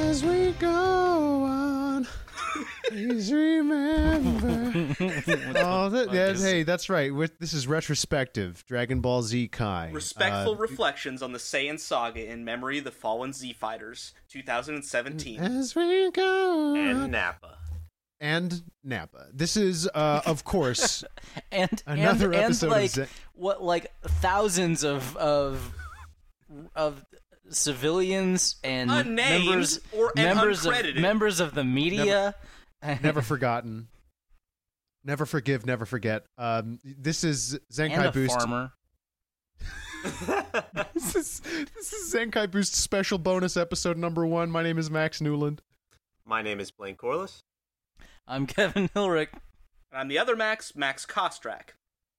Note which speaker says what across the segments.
Speaker 1: As we go on, please remember all that. Yeah,
Speaker 2: is-
Speaker 1: hey, that's right. We're, this is retrospective. Dragon Ball Z Kai. Uh,
Speaker 3: Respectful reflections on the Saiyan saga in memory of the fallen Z Fighters, 2017.
Speaker 1: Uh, as we go on.
Speaker 4: and Napa.
Speaker 1: and Napa. This is, uh, of course,
Speaker 2: and
Speaker 1: Another
Speaker 2: and,
Speaker 1: episode of
Speaker 2: and like
Speaker 1: Zen-
Speaker 2: what like thousands of of of civilians and
Speaker 3: Unnamed
Speaker 2: members
Speaker 3: or- and
Speaker 2: members of,
Speaker 3: uncredited.
Speaker 2: members of the media
Speaker 1: never forgotten, never forgive, never forget. Um, this is
Speaker 2: and
Speaker 1: Zenkai
Speaker 2: a
Speaker 1: Boost.
Speaker 2: farmer.
Speaker 1: This is this is Zenkai Boost special bonus episode number one. My name is Max Newland.
Speaker 4: My name is Blaine Corliss.
Speaker 2: I'm Kevin Hilrich.
Speaker 3: And I'm the other Max, Max Kostrak.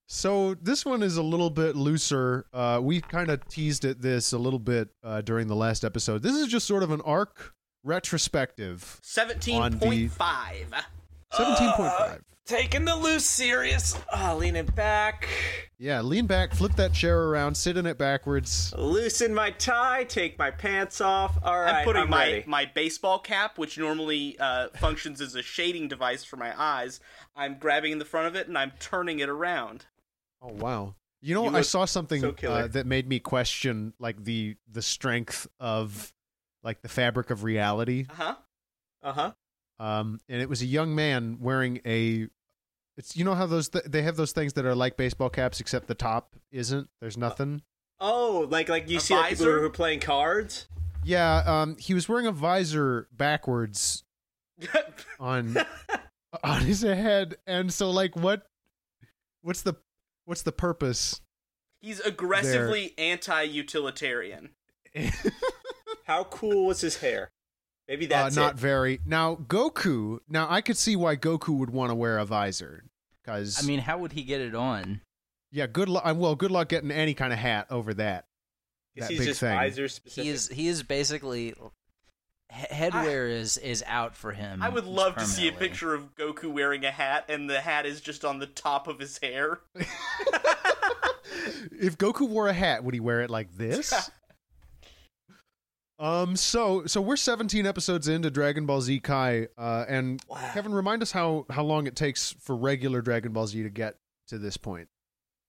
Speaker 1: So this one is a little bit looser. Uh, we kind of teased at this a little bit uh, during the last episode. This is just sort of an arc retrospective.
Speaker 3: 17.5.
Speaker 1: Seventeen point five.
Speaker 5: Taking the loose serious. Ah, leaning back.
Speaker 4: Uh.
Speaker 1: Yeah, lean back, flip that chair around, sit in it backwards.
Speaker 4: Loosen my tie, take my pants off. All right,
Speaker 3: I'm putting my,
Speaker 4: ready.
Speaker 3: my baseball cap, which normally uh, functions as a shading device for my eyes, I'm grabbing the front of it and I'm turning it around.
Speaker 1: Oh wow! You know,
Speaker 4: You
Speaker 1: I
Speaker 4: look
Speaker 1: saw something
Speaker 4: so
Speaker 1: uh,
Speaker 4: killer.
Speaker 1: that made me question like the the strength of like the fabric of reality.
Speaker 3: Uh huh.
Speaker 4: Uh huh.
Speaker 1: Um, and it was a young man wearing a. It's you know how those th- they have those things that are like baseball caps except the top isn't. There's nothing.
Speaker 4: Oh, like like you
Speaker 3: A
Speaker 4: see like people
Speaker 3: visor?
Speaker 4: who are playing cards.
Speaker 1: Yeah. Um, he was wearing a visor backwards on on his head, and so like what? What's the what's the purpose?
Speaker 3: He's aggressively anti utilitarian.
Speaker 4: How cool was his hair? Maybe that's
Speaker 1: uh, not
Speaker 4: it.
Speaker 1: very. Now Goku. Now I could see why Goku would want to wear a visor, because
Speaker 2: I mean, how would he get it on?
Speaker 1: yeah, good luck. Well, good luck getting any kind of hat over that.
Speaker 4: 'Cause
Speaker 1: That
Speaker 4: he's
Speaker 1: big
Speaker 4: just
Speaker 1: thing.
Speaker 4: visor specific.
Speaker 2: He is he is basically he- headwear is is out for him.
Speaker 3: I would love to see a
Speaker 2: permanently.
Speaker 3: picture of Goku wearing a hat, and the hat is just on the top of his hair.
Speaker 1: If Goku wore a hat, would he wear it like this? um. So so we're 17 episodes into Dragon Ball Z Kai, uh, and Kevin, remind us how how long it takes for regular Dragon Ball Z to get to this point.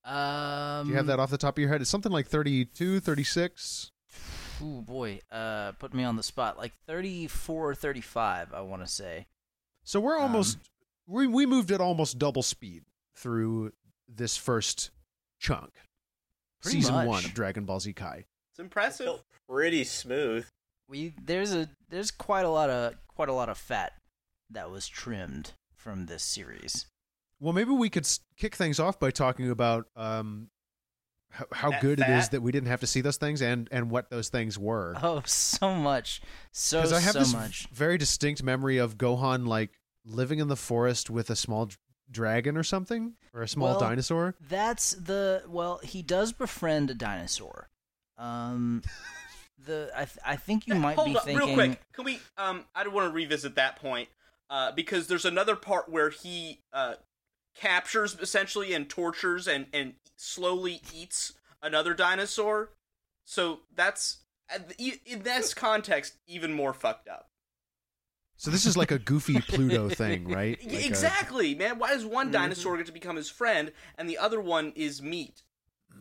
Speaker 2: Um,
Speaker 1: Do you have that off the top of your head? It's something like 32, 36.
Speaker 2: Ooh boy, uh, put me on the spot. Like 34 or 35, I want to say.
Speaker 1: So we're
Speaker 2: Um,
Speaker 1: almost we we moved at almost double speed through this first chunk.
Speaker 2: Pretty
Speaker 1: season
Speaker 2: much.
Speaker 1: 1 of Dragon Ball Z Kai.
Speaker 3: It's impressive.
Speaker 4: Felt pretty smooth.
Speaker 2: we there's a there's quite a lot of quite a lot of fat that was trimmed from this series.
Speaker 1: Well, maybe we could s- kick things off by talking about um how, how
Speaker 3: That
Speaker 1: good it is
Speaker 3: fat.
Speaker 1: that we didn't have to see those things and and what those things were.
Speaker 2: Oh, so much, so
Speaker 1: I have
Speaker 2: so
Speaker 1: this
Speaker 2: much.
Speaker 1: very distinct memory of Gohan like living in the forest with a small d- dragon or something or a small
Speaker 2: Well,
Speaker 1: dinosaur.
Speaker 2: That's the well, he does befriend a dinosaur. Um, the I th- I think you might
Speaker 3: Hold
Speaker 2: be
Speaker 3: up,
Speaker 2: thinking
Speaker 3: real quick. Can we? Um, I want to revisit that point uh, because there's another part where he uh, captures essentially and tortures and and slowly eats another dinosaur. So that's uh, e- in this context even more fucked up.
Speaker 1: So this is like a goofy Pluto thing, right?
Speaker 3: Y-
Speaker 1: Like a-
Speaker 3: E, exactly, man. Why does
Speaker 4: Mm-hmm.
Speaker 3: one dinosaur get to become his friend and the other one is meat?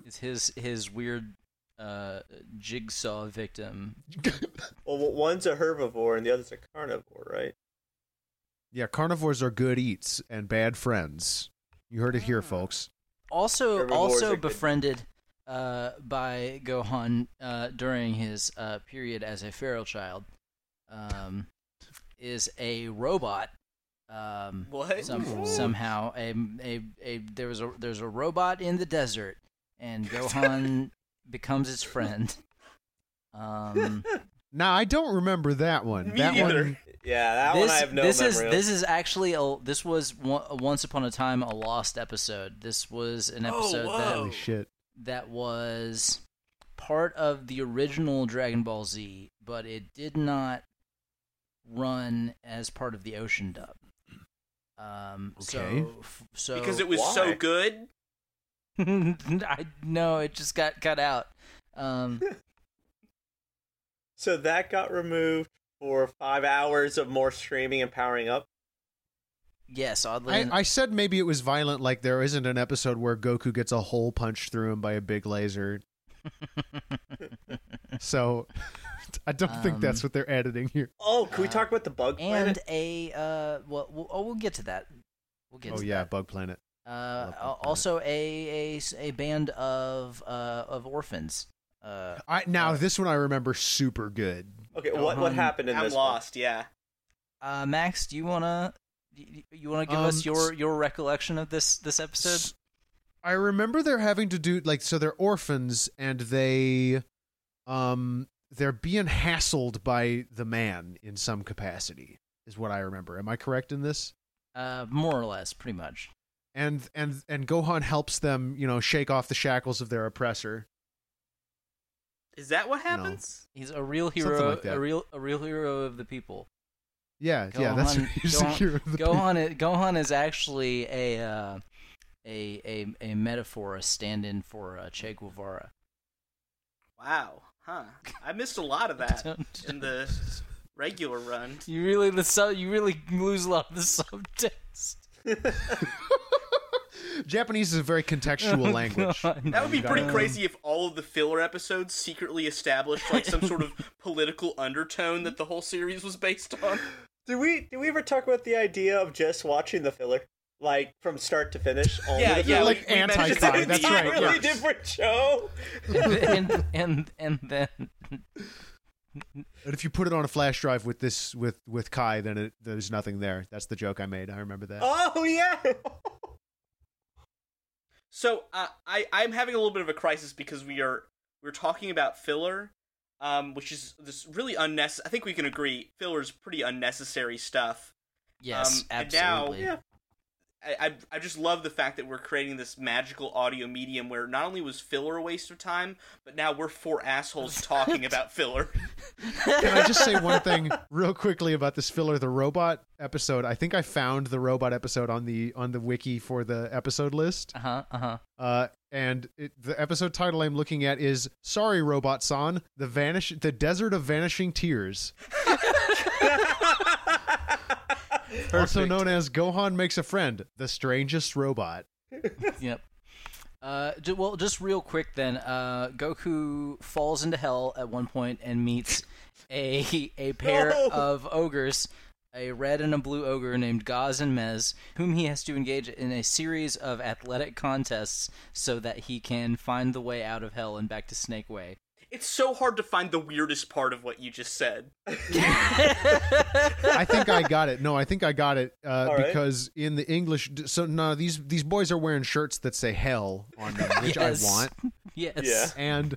Speaker 2: it's his his weird uh jigsaw victim.
Speaker 4: Well, well, one's a herbivore and the other's a carnivore, right?
Speaker 1: Yeah, carnivores are good eats and bad friends. You heard it
Speaker 2: Ah.
Speaker 1: here, folks.
Speaker 2: Also,
Speaker 4: Herbivores are
Speaker 2: also
Speaker 4: good.
Speaker 2: befriended uh by Gohan uh during his uh period as a feral child. Um, is a robot Um,
Speaker 3: What?
Speaker 2: some, somehow a, a, a there was a there's a robot in the desert and Gohan becomes its friend. Um,
Speaker 1: Now I don't remember that one.
Speaker 3: Me
Speaker 1: that
Speaker 3: either.
Speaker 1: one
Speaker 4: Yeah, that
Speaker 2: this
Speaker 4: one I have no
Speaker 2: this
Speaker 4: memory
Speaker 2: is
Speaker 4: of.
Speaker 2: this is actually a this was one, once upon a time a lost episode. This was an
Speaker 3: Oh,
Speaker 2: episode
Speaker 3: whoa.
Speaker 2: that
Speaker 1: holy shit.
Speaker 2: that was part of the original Dragon Ball Z, but it did not run as part of the Ocean dub. Um,
Speaker 1: Okay.
Speaker 2: so, f- so
Speaker 3: because it was so
Speaker 4: Why?
Speaker 3: good.
Speaker 2: I no, it just got cut out. Um,
Speaker 4: So that got removed for five hours of more streaming and powering up.
Speaker 2: yes, oddly,
Speaker 1: I,
Speaker 2: en-
Speaker 1: I said maybe it was violent, like there isn't an episode where Goku gets a hole punched through him by a big laser. so I don't think that's
Speaker 2: Um,
Speaker 1: what they're editing here.
Speaker 4: Oh, can we
Speaker 2: Uh,
Speaker 4: talk about the bug
Speaker 2: and
Speaker 4: planet?
Speaker 2: a uh, well, we'll, oh, we'll get to that. We'll get.
Speaker 1: Oh
Speaker 2: to
Speaker 1: yeah,
Speaker 2: that.
Speaker 1: Bug Planet.
Speaker 2: Uh,
Speaker 1: Love
Speaker 2: al-
Speaker 1: that.
Speaker 2: also, a, a a band of uh of orphans. Uh,
Speaker 1: I now this one I remember super good.
Speaker 4: Okay, what what
Speaker 2: Gohan-
Speaker 4: happened in
Speaker 3: um, I'm
Speaker 4: this?
Speaker 3: lost. Yeah.
Speaker 2: uh, Max, do you wanna you, you wanna give
Speaker 1: Um,
Speaker 2: us your your recollection of this this episode?
Speaker 1: I remember they're having to do like so they're orphans and they um they're being hassled by the man in some capacity is what I remember. Am I correct in this?
Speaker 2: Uh, more or less, pretty much.
Speaker 1: And and and Gohan helps them, you know, shake off the shackles of their oppressor.
Speaker 3: Is that what happens?
Speaker 2: He's a real
Speaker 1: Something
Speaker 2: hero,
Speaker 1: like that.
Speaker 2: a real a real hero of the people.
Speaker 1: Yeah, yeah, that's
Speaker 2: Gohan-
Speaker 1: he's the
Speaker 2: Gohan-
Speaker 1: hero of the people.
Speaker 2: Gohan is, Gohan is actually a, uh, a a a metaphor, a stand-in for uh, Che Guevara.
Speaker 3: Wow. Huh. I missed a lot of that
Speaker 2: Don't-
Speaker 3: in the regular run.
Speaker 2: You really the sub, you really lose a lot of the subtext.
Speaker 1: Japanese is a very contextual language.
Speaker 2: God.
Speaker 3: That would be
Speaker 1: You got
Speaker 3: pretty
Speaker 1: it.
Speaker 3: crazy if all of the filler episodes secretly established like some sort of political undertone that the whole series was based on.
Speaker 4: Did we did we ever talk about the idea of just watching the filler, like from start to finish? Only
Speaker 3: Yeah,
Speaker 4: the
Speaker 3: yeah,
Speaker 4: filler?
Speaker 1: like
Speaker 3: we mentioned
Speaker 1: anti-con,
Speaker 3: that.
Speaker 1: that's
Speaker 4: It's
Speaker 1: right,
Speaker 4: a really
Speaker 1: yeah.
Speaker 4: different show.
Speaker 2: and, and and then
Speaker 1: But if you put it on a flash drive with this with with Kai, then it, there's nothing there. That's the joke I made. I remember that.
Speaker 4: Oh yeah.
Speaker 3: So uh, I I'm having a little bit of a crisis because we are we're talking about filler, um, which is this really unnecessary. I think we can agree filler is pretty unnecessary stuff.
Speaker 2: yes,
Speaker 3: Um, and now-
Speaker 2: absolutely.
Speaker 4: Yeah.
Speaker 3: I, I I just love the fact that we're creating this magical audio medium where not only was filler a waste of time, but now we're four assholes talking about filler.
Speaker 1: Can I just say one thing real quickly about this filler the robot episode? I think I found the robot episode on the on the wiki for the episode list.
Speaker 2: Uh huh. Uh huh.
Speaker 1: Uh, and it, the episode title I'm looking at is "Sorry, Robot San: The Vanish, the Desert of Vanishing Tears," also known as "Gohan Makes a Friend: The Strangest Robot."
Speaker 2: Yep. Uh, ju- well, just real quick then. Uh, Goku falls into hell at one point and meets a a pair
Speaker 4: No.
Speaker 2: of ogres, a red and a blue ogre named Gaz and Mez, whom he has to engage in a series of athletic contests so that he can find the way out of hell and back to Snake Way.
Speaker 3: It's so hard to find the weirdest part of what you just said.
Speaker 1: I think I got it. No, I think I got it uh,
Speaker 4: All right.
Speaker 1: because in the English, so no, these these boys are wearing shirts that say "Hell" on them, which
Speaker 2: Yes.
Speaker 1: I want.
Speaker 2: Yes.
Speaker 4: Yeah.
Speaker 1: and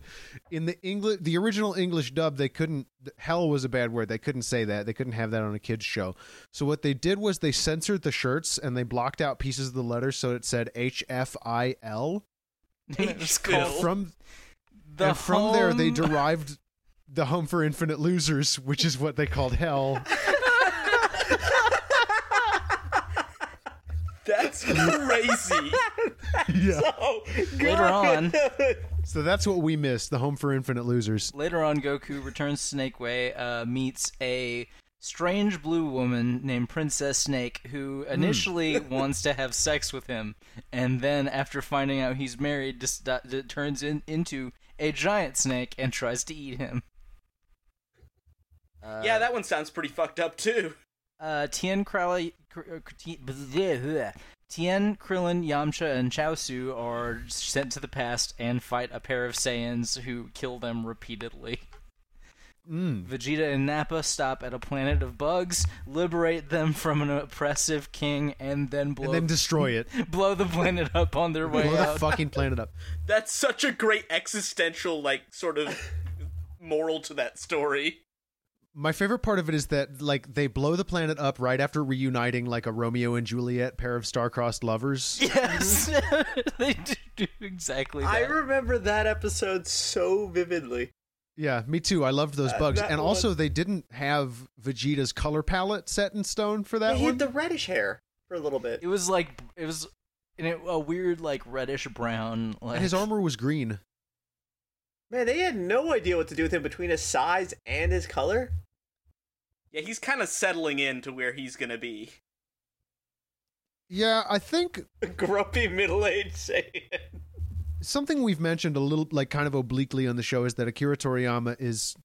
Speaker 1: in the English, the original English dub, they couldn't. Hell was a bad word. They couldn't say that. They couldn't have that on a kids show. So what they did was they censored the shirts and they blocked out pieces of the letters so it said H F I L.
Speaker 2: It's
Speaker 3: H-bill.
Speaker 2: called
Speaker 1: From
Speaker 2: the
Speaker 1: and from there, they
Speaker 2: home-
Speaker 1: derived the home for infinite losers, which is what they called Hell.
Speaker 3: That's crazy.
Speaker 1: yeah.
Speaker 4: Oh,
Speaker 2: Later on.
Speaker 4: good.
Speaker 1: So that's what we missed. The home for infinite losers.
Speaker 2: Later on, Goku returns to Snake Way, uh, meets a strange blue woman named Princess Snake, who initially wants to have sex with him, and then, after finding out he's married, dis- d- d- turns in- into a giant snake and tries to eat him. Uh,
Speaker 3: yeah, that one sounds pretty fucked up too.
Speaker 2: uh, Tien Krala, Kr- uh, Tien Tien, Krillin, Yamcha, and Chaosu are sent to the past and fight a pair of Saiyans who kill them repeatedly.
Speaker 1: Mm.
Speaker 2: Vegeta and Nappa stop at a planet of bugs, liberate them from an oppressive king, and then blow
Speaker 1: and then destroy it.
Speaker 2: blow the planet up on their way
Speaker 1: Blow
Speaker 2: out.
Speaker 1: the fucking planet up.
Speaker 3: That's such a great existential, like, sort of moral to that story.
Speaker 1: My favorite part of it is that like they blow the planet up right after reuniting like a Romeo and Juliet pair of star-crossed lovers.
Speaker 2: Yes, they do, do exactly that.
Speaker 4: I remember that episode so vividly.
Speaker 1: Yeah, me too. I loved those
Speaker 4: Uh,
Speaker 1: bugs.
Speaker 4: that
Speaker 1: And also
Speaker 4: one-
Speaker 1: they didn't have Vegeta's color palette set in stone for that
Speaker 4: he
Speaker 1: one.
Speaker 4: had the reddish hair for a little bit.
Speaker 2: it was like it was in it, a weird like reddish brown. Like
Speaker 1: And his armor was green.
Speaker 4: Man, they had no idea what to do with him between his size and his color.
Speaker 3: Yeah, he's kind of settling in to where he's gonna be.
Speaker 1: Yeah, I think
Speaker 4: Grumpy middle-aged Saiyan.
Speaker 1: something we've mentioned a little like kind of obliquely on the show is that Akira Toriyama is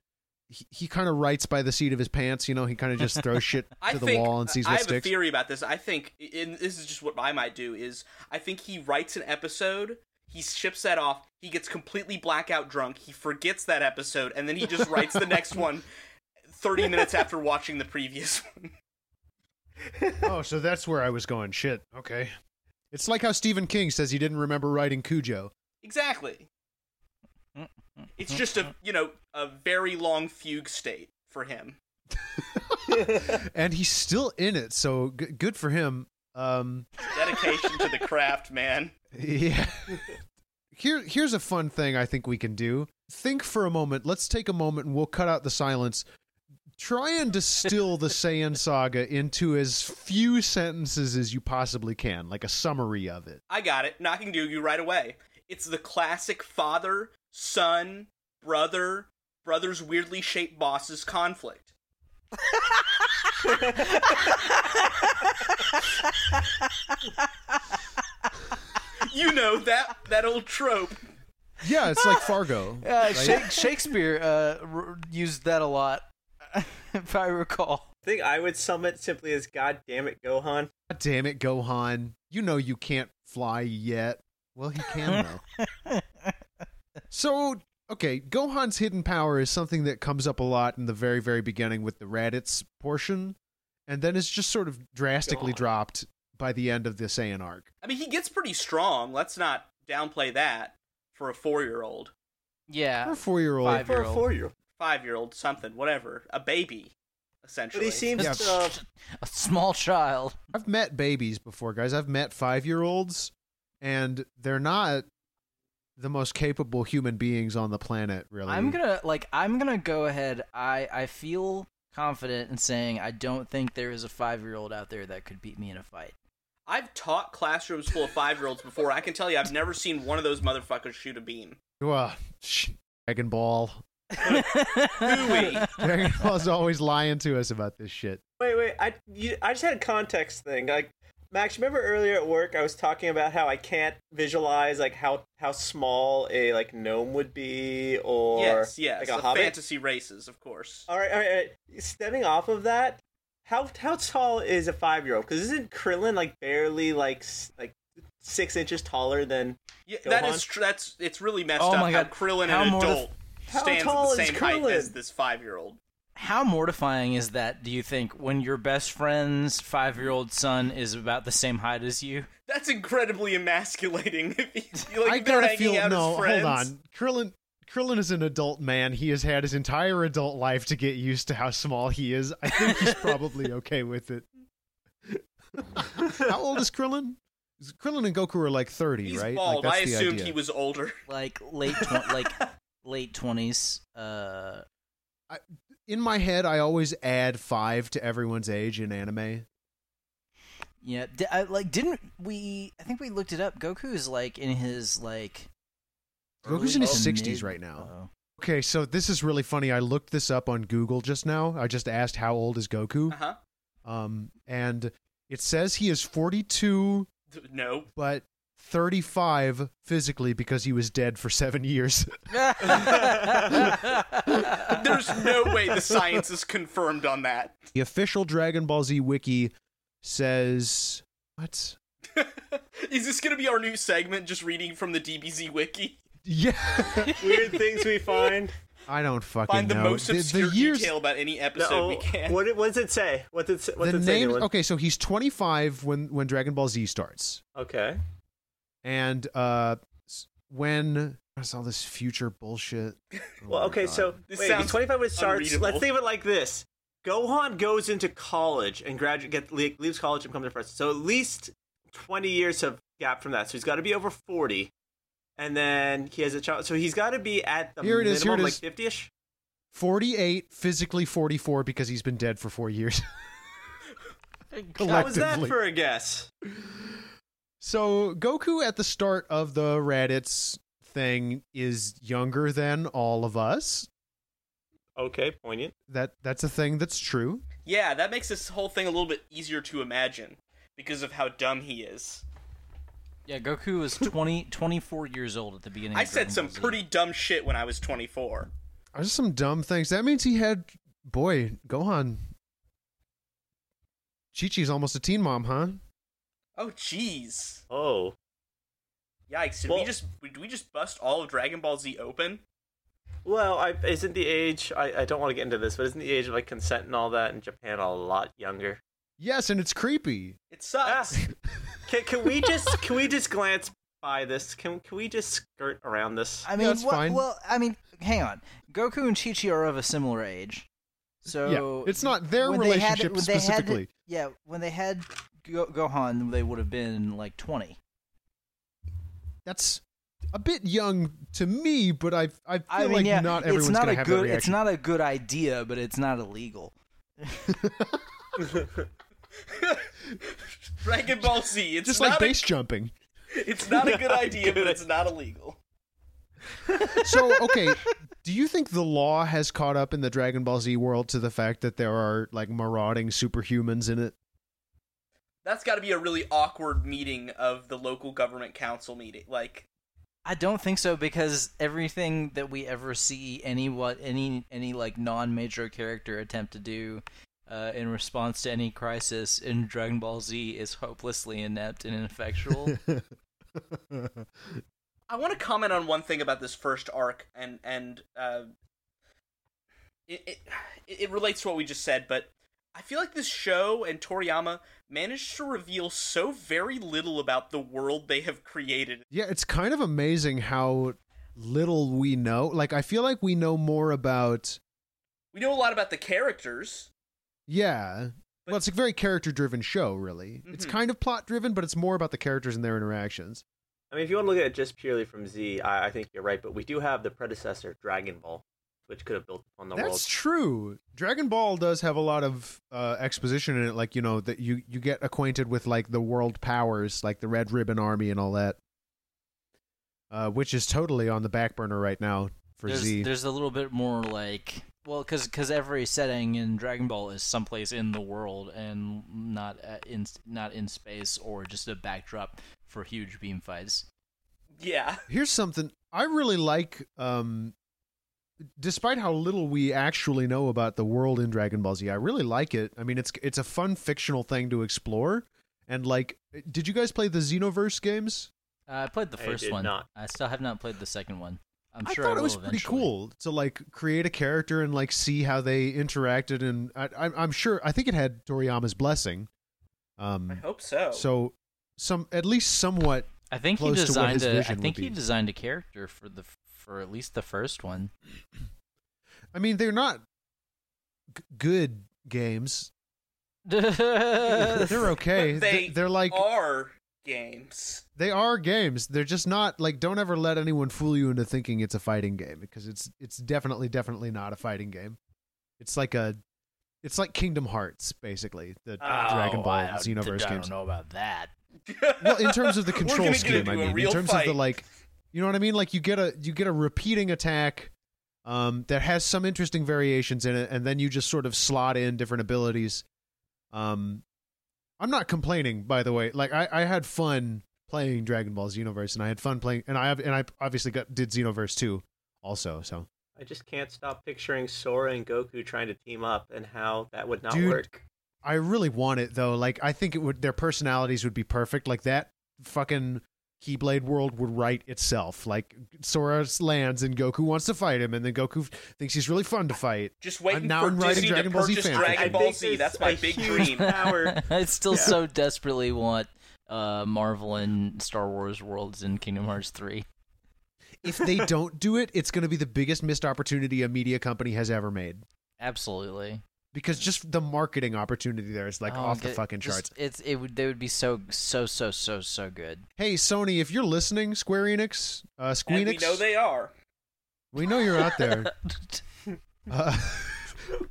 Speaker 1: he, he kind of writes by the seat of his pants, you know, he kind of just throws shit
Speaker 3: I
Speaker 1: to the
Speaker 3: think
Speaker 1: wall and sees
Speaker 3: I
Speaker 1: what
Speaker 3: have
Speaker 1: sticks.
Speaker 3: a theory about this. I think, and this is just what I might do is I think he writes an episode, he ships that off, he gets completely blackout drunk, he forgets that episode, and then he just writes the next one. 30 minutes after watching the previous one.
Speaker 1: oh, so that's where I was going. Shit. Okay. It's like how Stephen King says he didn't remember writing Cujo.
Speaker 3: Exactly. It's just a, you know, a very long fugue state for him.
Speaker 1: And he's still in it, so g- good for him. Um,
Speaker 3: Dedication to the craft, man.
Speaker 1: yeah. Here, here's a fun thing I think we can do. Think for a moment. Let's take a moment and we'll cut out the silence. Try and distill the Saiyan saga into as few sentences as you possibly can, like a summary of it.
Speaker 3: I got it. No, I can do you right away. It's the classic father, son, brother, brother's weirdly shaped bosses conflict. you know that that old trope.
Speaker 1: Yeah, it's like Fargo.
Speaker 2: Uh, Sha- Shakespeare uh, r- used that a lot, if I recall.
Speaker 4: I think I would sum it simply as God damn it, Gohan.
Speaker 1: God damn it, Gohan. You know you can't fly yet. Well, he can, though. so, okay, Gohan's hidden power is something that comes up a lot in the very, very beginning with the Raditz portion, and then is just sort of drastically
Speaker 3: Gohan.
Speaker 1: dropped by the end of the Saiyan arc.
Speaker 3: I mean, he gets pretty strong. Let's not downplay that for a four-year-old,
Speaker 1: Or
Speaker 2: Yeah,
Speaker 1: a four year old.
Speaker 2: Five.
Speaker 4: For
Speaker 2: Uh,
Speaker 4: a
Speaker 2: Five-year-old.
Speaker 4: four-year-old.
Speaker 3: five-year-old, something, whatever, a baby, essentially.
Speaker 4: But he seems
Speaker 1: Yeah.
Speaker 4: to... Uh,
Speaker 2: a small child.
Speaker 1: I've met babies before, guys. I've met five year olds, and they're not the most capable human beings on the planet, really.
Speaker 2: I'm gonna like I'm gonna go ahead. I I feel confident in saying I don't think there is a five year old out there that could beat me in a fight.
Speaker 3: I've taught classrooms full of five year olds before. I can tell you, I've never seen one of those motherfuckers shoot a beam.
Speaker 1: Ugh, sh- Dragon Ball.
Speaker 3: Hooey.
Speaker 1: Dragon Ball's always lying to us about this shit.
Speaker 4: Wait, wait. I you, I just had a context thing. Like, Max, remember earlier at work I was talking about how I can't visualize like how how small a like gnome would be or
Speaker 3: yes, yes.
Speaker 4: like a
Speaker 3: the
Speaker 4: hobbit. Uh,
Speaker 3: fantasy races, of course.
Speaker 4: All right, all right, all right. Stemming off of that, how how tall is a five year old? Because isn't Krillin like barely like s- like six inches taller than?
Speaker 3: Yeah,
Speaker 4: Gohan?
Speaker 3: that is tr- that's it's really messed
Speaker 2: Oh
Speaker 3: up
Speaker 2: my
Speaker 3: how
Speaker 2: God.
Speaker 3: Krillin,
Speaker 2: How
Speaker 3: an
Speaker 2: mortif-
Speaker 3: adult,
Speaker 4: How
Speaker 3: stands at
Speaker 4: tall
Speaker 3: the
Speaker 4: is
Speaker 3: same height
Speaker 4: Krillin?
Speaker 3: as this five year old.
Speaker 2: How mortifying is that? Do you think when your best friend's five year old son is about the same height as you?
Speaker 3: That's incredibly emasculating. if you, like,
Speaker 1: I
Speaker 3: if they're
Speaker 1: gotta
Speaker 3: hanging
Speaker 1: feel
Speaker 3: out
Speaker 1: no.
Speaker 3: as friends.
Speaker 1: Hold on, Krillin. Krillin is an adult man. He has had his entire adult life to get used to how small he is. I think he's probably okay with it. how old is Krillin? Is- Krillin and Goku are like thirty,
Speaker 3: He's
Speaker 1: right?
Speaker 3: bald.
Speaker 1: like
Speaker 3: I
Speaker 1: the
Speaker 3: assumed
Speaker 1: idea.
Speaker 3: he was older.
Speaker 2: Like late tw- like late twenties. Uh,
Speaker 1: In my head, I always add five to everyone's age in anime.
Speaker 2: yeah. Di- I, like didn't we? I think we looked it up. Goku is like in his like.
Speaker 1: Goku's
Speaker 3: Oh,
Speaker 1: in his
Speaker 2: early to
Speaker 1: 60s
Speaker 2: mid-
Speaker 1: right now.
Speaker 2: Oh.
Speaker 1: Okay, so this is really funny. I looked this up on Google just now. I just asked how old is Goku,
Speaker 3: Uh huh.
Speaker 1: um, and it says he is forty-two
Speaker 3: No.
Speaker 1: but 35 physically because he was dead for seven years.
Speaker 3: There's no way the science is confirmed on that.
Speaker 1: the official Dragon Ball Z wiki says what?
Speaker 3: Is this going to be our new segment, just reading from the DBZ wiki?
Speaker 1: Yeah,
Speaker 4: Weird things we find.
Speaker 1: I don't fucking
Speaker 3: Find the
Speaker 1: know.
Speaker 3: most obscure
Speaker 1: years,
Speaker 3: detail about any
Speaker 4: No,
Speaker 3: episode we
Speaker 4: oh,
Speaker 3: can.
Speaker 4: what, did, what does it say? What did it- what
Speaker 1: the
Speaker 4: did it say?
Speaker 1: name.
Speaker 4: Newland?
Speaker 1: Okay, so he's 25 when when Dragon Ball Z starts,
Speaker 4: okay.
Speaker 1: and uh, s- when it's all this future bullshit. Oh
Speaker 4: Well,
Speaker 1: my
Speaker 4: okay,
Speaker 1: God.
Speaker 4: so
Speaker 3: This
Speaker 4: wait,
Speaker 3: sounds
Speaker 4: 25 when it starts.
Speaker 3: unreadable.
Speaker 4: Let's leave it like this. Gohan goes into college and graduate get le- leaves college and comes to first. So at least 20 years have gap from that. So he's got to be over 40. And then he has a child. So he's got to be at the
Speaker 1: Here it
Speaker 4: minimum
Speaker 1: is, here it
Speaker 4: like
Speaker 1: is.
Speaker 4: 50ish.
Speaker 1: 48, physically 44 because he's been dead for four years.
Speaker 4: How was that
Speaker 1: Collectively.
Speaker 4: for a guess?
Speaker 1: So Goku at the start of the Raditz thing is younger than all of us.
Speaker 4: Okay, poignant.
Speaker 1: That that's a thing that's true.
Speaker 3: Yeah, that makes this whole thing a little bit easier to imagine because of how dumb he is.
Speaker 2: Yeah, Goku was 20, 24 years old at the beginning.
Speaker 3: I
Speaker 2: of
Speaker 3: said
Speaker 2: Dragon
Speaker 3: some
Speaker 2: Ball Z.
Speaker 3: pretty dumb shit when I was 24.
Speaker 1: Are just some dumb things. That means he had boy, Gohan. Chi Chi's almost a teen mom, huh?
Speaker 3: Oh, jeez.
Speaker 4: Oh.
Speaker 3: Yikes! Did we
Speaker 4: Well-
Speaker 3: just did we just bust all of Dragon Ball Z open?
Speaker 4: Well, I, isn't the age, I, I don't want to get into this, but isn't the age of like consent and all that in Japan a lot younger? Ah.
Speaker 1: Yes, and it's creepy.
Speaker 3: It sucks.
Speaker 4: Can, can we just can we just glance by this? Can can we just skirt around this?
Speaker 2: I mean,
Speaker 1: that's
Speaker 2: what-
Speaker 1: fine.
Speaker 2: well, I mean, hang on. Goku and Chi Chi are of a similar age, so
Speaker 1: Yeah, it's not their
Speaker 2: when they had-
Speaker 1: relationship
Speaker 2: when they had-
Speaker 1: specifically.
Speaker 2: yeah, when they had Go- Gohan, they would have been like twenty.
Speaker 1: That's a bit young to me, but I I feel
Speaker 2: I mean,
Speaker 1: like
Speaker 2: yeah,
Speaker 1: not
Speaker 2: it's
Speaker 1: everyone's
Speaker 2: not
Speaker 1: gonna
Speaker 2: a
Speaker 1: have that
Speaker 2: good,
Speaker 1: reaction.
Speaker 2: it's not a good idea, but it's not illegal.
Speaker 3: Dragon Ball Z. It's
Speaker 1: just
Speaker 3: not
Speaker 1: like
Speaker 3: a,
Speaker 1: base jumping.
Speaker 3: It's not a good idea, but it's not illegal.
Speaker 1: So okay, do you think the law has caught up in the Dragon Ball Z world to the fact that there are like marauding superhumans in it?
Speaker 3: That's got to be a really awkward meeting of the local government council meeting. Like,
Speaker 2: I don't think so because everything that we ever see any what any any like non-major character attempt to do uh, in response to any crisis in Dragon Ball Z is hopelessly inept and ineffectual.
Speaker 3: I want to comment on one thing about this first arc, and and uh, it, it it relates to what we just said, but I feel like this show and Toriyama managed to reveal so very little about the world they have created.
Speaker 1: yeah, it's kind of amazing how little we know. Like I feel like we know more about
Speaker 3: We know a lot about the characters.
Speaker 1: yeah. well, it's a very character-driven show, really. It's
Speaker 2: Mm-hmm.
Speaker 3: Mhm.
Speaker 1: kind of plot-driven, but it's more about the characters and their interactions.
Speaker 4: I mean, if you want to look at it just purely from Z, I, I think you're right. But we do have the predecessor Dragon Ball, which could have built upon the
Speaker 1: That's
Speaker 4: world.
Speaker 1: true. Dragon Ball does have a lot of uh, exposition in it, like you know that you you get acquainted with like the world powers, like the Red Ribbon Army and all that, uh, which is totally on the back burner right now for
Speaker 2: there's,
Speaker 1: Z.
Speaker 2: there's a little bit more like well, because every setting in Dragon Ball is someplace in the world and not at, in not in space or just a backdrop for huge beam fights.
Speaker 3: Yeah,
Speaker 1: Here's something I really like. Um, despite how little we actually know about the world in Dragon Ball Z, I really like it. I mean, it's it's a fun fictional thing to explore. And like, did you guys play the Xenoverse games?
Speaker 2: Uh, I played the
Speaker 4: I
Speaker 2: first
Speaker 4: did
Speaker 2: one.
Speaker 4: not.
Speaker 2: I still have not played the second one. I'm
Speaker 1: I
Speaker 2: sure
Speaker 1: thought
Speaker 2: I
Speaker 1: it was
Speaker 2: will
Speaker 1: pretty
Speaker 2: eventually.
Speaker 1: cool to like create a character and like see how they interacted, and I, I, I'm sure I think it had Toriyama's blessing.
Speaker 3: I
Speaker 1: Um,
Speaker 3: hope so.
Speaker 1: so some at least somewhat.
Speaker 2: I think he
Speaker 1: close to what
Speaker 2: designed
Speaker 1: his
Speaker 2: a. I
Speaker 1: vision would
Speaker 2: think he
Speaker 1: be.
Speaker 2: designed a character for the for at least the first one.
Speaker 1: I mean, they're not g- good games. They're
Speaker 2: yeah,
Speaker 1: okay.
Speaker 3: But they
Speaker 1: Th- they're like
Speaker 3: are games.
Speaker 1: they are games. They're just not like don't ever let anyone fool you into thinking it's a fighting game because it's it's definitely definitely not a fighting game. It's like a it's like Kingdom Hearts basically.
Speaker 3: Oh,
Speaker 1: The Dragon Ball Xenoverse
Speaker 2: Oh, I
Speaker 1: games.
Speaker 2: don't know about that.
Speaker 1: well in terms of the
Speaker 3: We're
Speaker 1: control
Speaker 3: gonna
Speaker 1: scheme
Speaker 3: get into
Speaker 1: i
Speaker 3: a
Speaker 1: mean in
Speaker 3: real
Speaker 1: terms
Speaker 3: fight.
Speaker 1: of the like you know what i mean like you get a you get a repeating attack um that has some interesting variations in it and then you just sort of slot in different abilities um i'm not complaining by the way like i i had fun playing dragon ball xenoverse and i had fun playing and i have and i obviously got did xenoverse 2 also so
Speaker 4: I just can't stop picturing Sora and Goku trying to team up and how that would not
Speaker 1: Dude.
Speaker 4: work.
Speaker 1: I really want it though. Like I think it would their personalities would be perfect. Like that fucking Keyblade World would write itself. Like Sora lands and Goku wants to fight him, and then Goku f- thinks he's really fun to fight.
Speaker 3: Just
Speaker 1: I'm
Speaker 3: waiting
Speaker 1: now
Speaker 3: for
Speaker 1: I'm writing
Speaker 3: Disney
Speaker 1: Dragon
Speaker 3: to
Speaker 1: Ball Z
Speaker 3: purchase
Speaker 1: fanfic.
Speaker 4: I
Speaker 3: Dragon Ball
Speaker 4: think
Speaker 3: Z.
Speaker 4: there's
Speaker 3: That's my
Speaker 4: a
Speaker 3: big
Speaker 4: huge
Speaker 3: dream.
Speaker 4: Power.
Speaker 2: I still so desperately want uh, Marvel and Star Wars worlds in Kingdom Hearts 3.
Speaker 1: If they don't do it, it's going to be the biggest missed opportunity a media company has ever made.
Speaker 2: Absolutely.
Speaker 1: Because just the marketing opportunity there is like
Speaker 2: Oh,
Speaker 1: off the
Speaker 2: good-
Speaker 1: fucking
Speaker 2: just-
Speaker 1: charts.
Speaker 2: it's it would they would be so so so so so good.
Speaker 1: Hey Sony, if you're listening, Square Enix, uh, Squeenix,
Speaker 3: And we know they are.
Speaker 1: we know you're out there. Uh,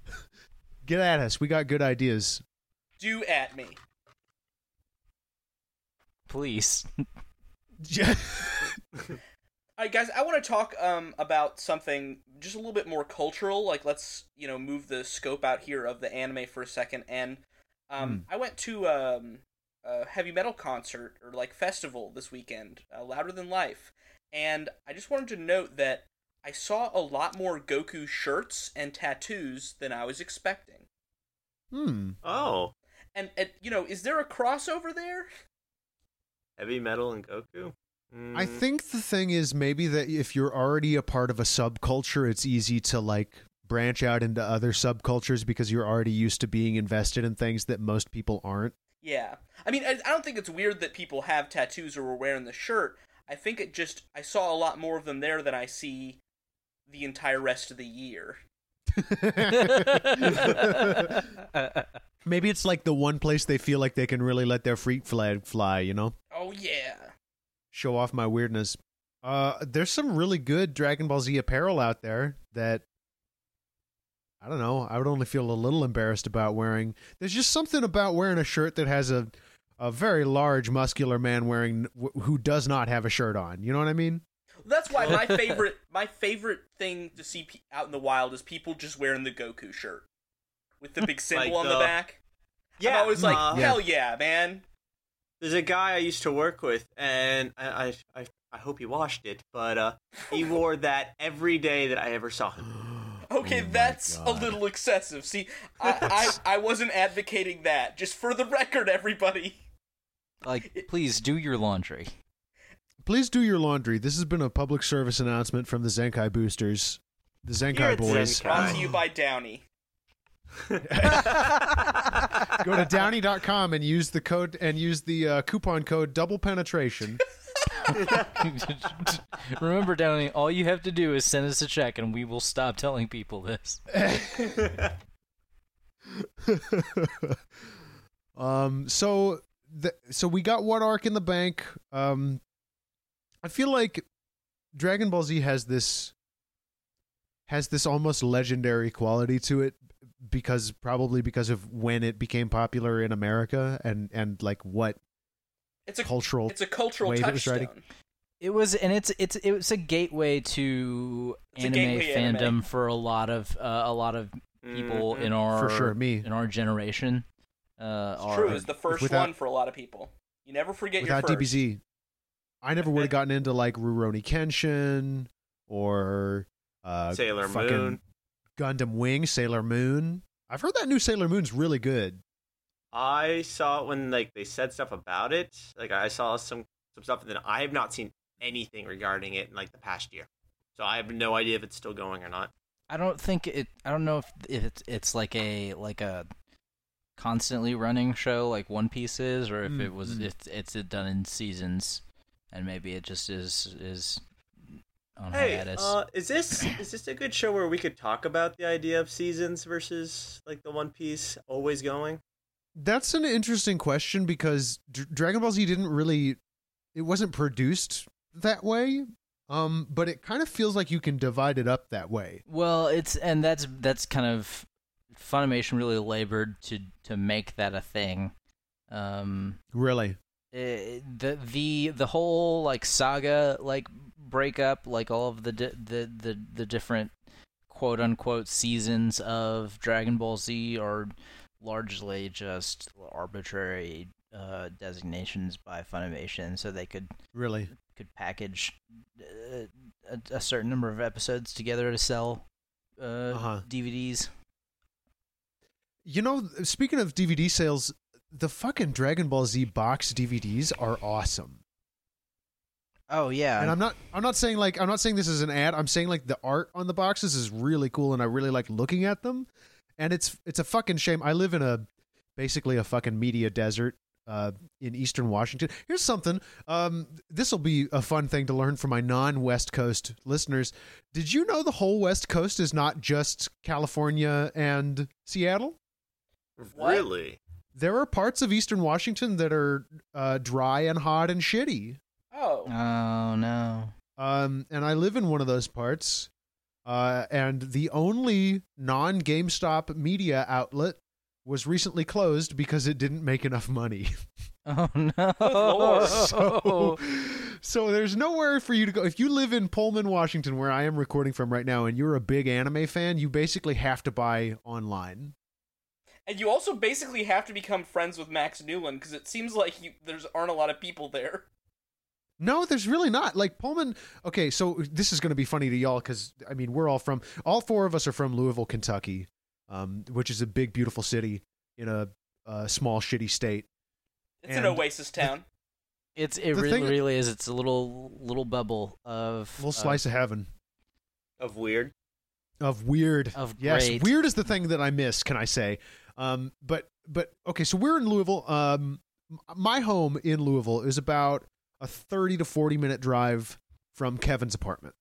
Speaker 1: get at us. We got good ideas.
Speaker 3: Do at me.
Speaker 2: Please.
Speaker 1: Yeah.
Speaker 3: All right, guys, I want to talk um, about something just a little bit more cultural. Like, let's you know move the scope out here of the anime for a second. And um, I went to um, a heavy metal concert or like festival this weekend, uh, Louder Than Life, and I just wanted to note that I saw a lot more Goku shirts and tattoos than I was expecting.
Speaker 1: Hmm.
Speaker 4: Oh,
Speaker 3: And, and you know, is there a crossover there?
Speaker 4: heavy metal and Goku. Mm,
Speaker 1: I think the thing is maybe that if you're already a part of a subculture, it's easy to like branch out into other subcultures because you're already used to being invested in things that most people aren't.
Speaker 3: Yeah. I mean, I, I don't think it's weird that people have tattoos or were wearing the shirt. I think it just, I saw a lot more of them there than I see the entire rest of the year.
Speaker 2: Uh,
Speaker 1: Maybe it's like the one place they feel like they can really let their freak flag fly, you know?
Speaker 3: Oh, yeah.
Speaker 1: Show off my weirdness. Uh there's some really good Dragon Ball Z apparel out there that I don't know, I would only feel a little embarrassed about wearing. There's just something about wearing a shirt that has a a very large muscular man wearing wh- who does not have a shirt on. You know what I mean?
Speaker 3: That's why my favorite, my favorite thing to see pe- out in the wild is people just wearing the Goku shirt with the big symbol
Speaker 4: Like
Speaker 3: on the,
Speaker 4: the-
Speaker 3: back.
Speaker 4: yeah,
Speaker 3: I'm always like,
Speaker 4: uh,
Speaker 3: hell yeah, man.
Speaker 4: there's a guy I used to work with, and I, I, I, I hope he washed it, but uh, he wore that every day that I ever saw him.
Speaker 3: Okay,
Speaker 1: Oh my
Speaker 3: that's a
Speaker 1: God.
Speaker 3: little excessive. See, I, I, I wasn't advocating that. Just for the record, everybody.
Speaker 2: like please do your laundry.
Speaker 1: Please do your laundry. This has been a public service announcement from the Zenkai Boosters. The Zenkai
Speaker 4: Here at
Speaker 1: Boys.
Speaker 4: Zenkai.
Speaker 3: Brought
Speaker 4: Guy.
Speaker 3: to you by Downey.
Speaker 1: Go to downy.com and use the code and use the uh, coupon code double penetration.
Speaker 2: Remember, Downey, all you have to do is send us a check, and we will stop telling people this.
Speaker 1: um so the, so we got one arc in the bank. Um I feel like Dragon Ball Z has this has this almost legendary quality to it because probably because of when it became popular in America and and like what
Speaker 3: It's a
Speaker 1: cultural
Speaker 3: It's a cultural
Speaker 1: wave it was
Speaker 3: touchstone.
Speaker 1: riding.
Speaker 2: It was, and it's it's it was a gateway to
Speaker 3: It's a
Speaker 2: anime
Speaker 3: gateway anime. Mm-hmm.
Speaker 2: fandom for a lot of uh, a lot of people in our
Speaker 1: for sure me.
Speaker 2: in our generation. Uh,
Speaker 3: It's
Speaker 2: are-
Speaker 3: true. It's the first
Speaker 1: without-
Speaker 3: one for a lot of people. You never forget
Speaker 1: without
Speaker 3: your first.
Speaker 1: DBZ, I never would have gotten into like Rurouni Kenshin or uh,
Speaker 4: Sailor
Speaker 1: fucking
Speaker 4: Moon.
Speaker 1: Gundam Wing, Sailor Moon. I've heard that new Sailor Moon's really good.
Speaker 4: I saw it when like they said stuff about it. Like I saw some some stuff, and then I have not seen anything regarding it in like the past year. So I have no idea if it's still going or not.
Speaker 2: I don't think it. I don't know if if it's it's like a like a constantly running show like One Piece is, or if
Speaker 1: Mm,
Speaker 2: it was
Speaker 1: mm.
Speaker 2: if it's done in seasons, and maybe it just is is on
Speaker 4: Hey,
Speaker 2: hiatus.
Speaker 4: uh, is this is this a good show where we could talk about the idea of seasons versus like the One Piece always going?
Speaker 1: That's an interesting question because D- Dragon Ball Z didn't really, it wasn't produced that way. Um, but it kind of feels like you can divide it up that way.
Speaker 2: Well, it's and that's that's kind of Funimation really labored to to make that a thing. Um,
Speaker 1: Really,
Speaker 2: eh, the the the whole like saga like breakup, like all of the di- the the the different quote unquote seasons of Dragon Ball Z are largely just arbitrary uh, designations by Funimation, so they could
Speaker 1: really.
Speaker 2: could package uh, a, a certain number of episodes together to sell uh,
Speaker 1: Uh-huh.
Speaker 2: DVDs.
Speaker 1: You know, speaking of DVD sales, the fucking Dragon Ball Z box DVDs are awesome.
Speaker 2: Oh yeah.
Speaker 1: And I'm not I'm not saying like I'm not saying this is an ad. I'm saying like the art on the boxes is really cool and I really like looking at them. And it's it's a fucking shame. I live in a basically a fucking media desert uh in eastern Washington. Here's something. Um this will be a fun thing to learn for my non-West Coast listeners. Did you know the whole West Coast is not just California and Seattle?
Speaker 3: What?
Speaker 4: Really?
Speaker 1: There are parts of eastern Washington that are uh, dry and hot and shitty.
Speaker 3: Oh,
Speaker 2: Oh no.
Speaker 1: Um, and I live in one of those parts. Uh, and the only non GameStop media outlet was recently closed because it didn't make enough money.
Speaker 2: Oh no.
Speaker 3: Lord.
Speaker 1: Oh, so, so there's nowhere for you to go. If you live in Pullman, Washington, where I am recording from right now, and you're a big anime fan, you basically have to buy online.
Speaker 3: and you also basically have to become friends with Max Newland because it seems like you, there's aren't a lot of people there.
Speaker 1: No, there's really not. Like Pullman. Okay, so this is going to be funny to y'all because I mean we're all from. All four of us are from Louisville, Kentucky, um, which is a big, beautiful city in a, a small, shitty state.
Speaker 3: It's
Speaker 1: And-
Speaker 3: an oasis town.
Speaker 2: It's it
Speaker 1: The
Speaker 2: really
Speaker 1: thing-
Speaker 2: really is. It's a little little bubble of uh,
Speaker 1: little
Speaker 2: of-
Speaker 1: slice of heaven
Speaker 4: Of weird.
Speaker 1: of weird.
Speaker 2: Of
Speaker 1: yes,
Speaker 2: great.
Speaker 1: weird is the thing that I miss. Can I say? Um, but but okay, so we're in Louisville. Um, m- my home in Louisville is about a thirty to forty minute drive from Kevin's apartment.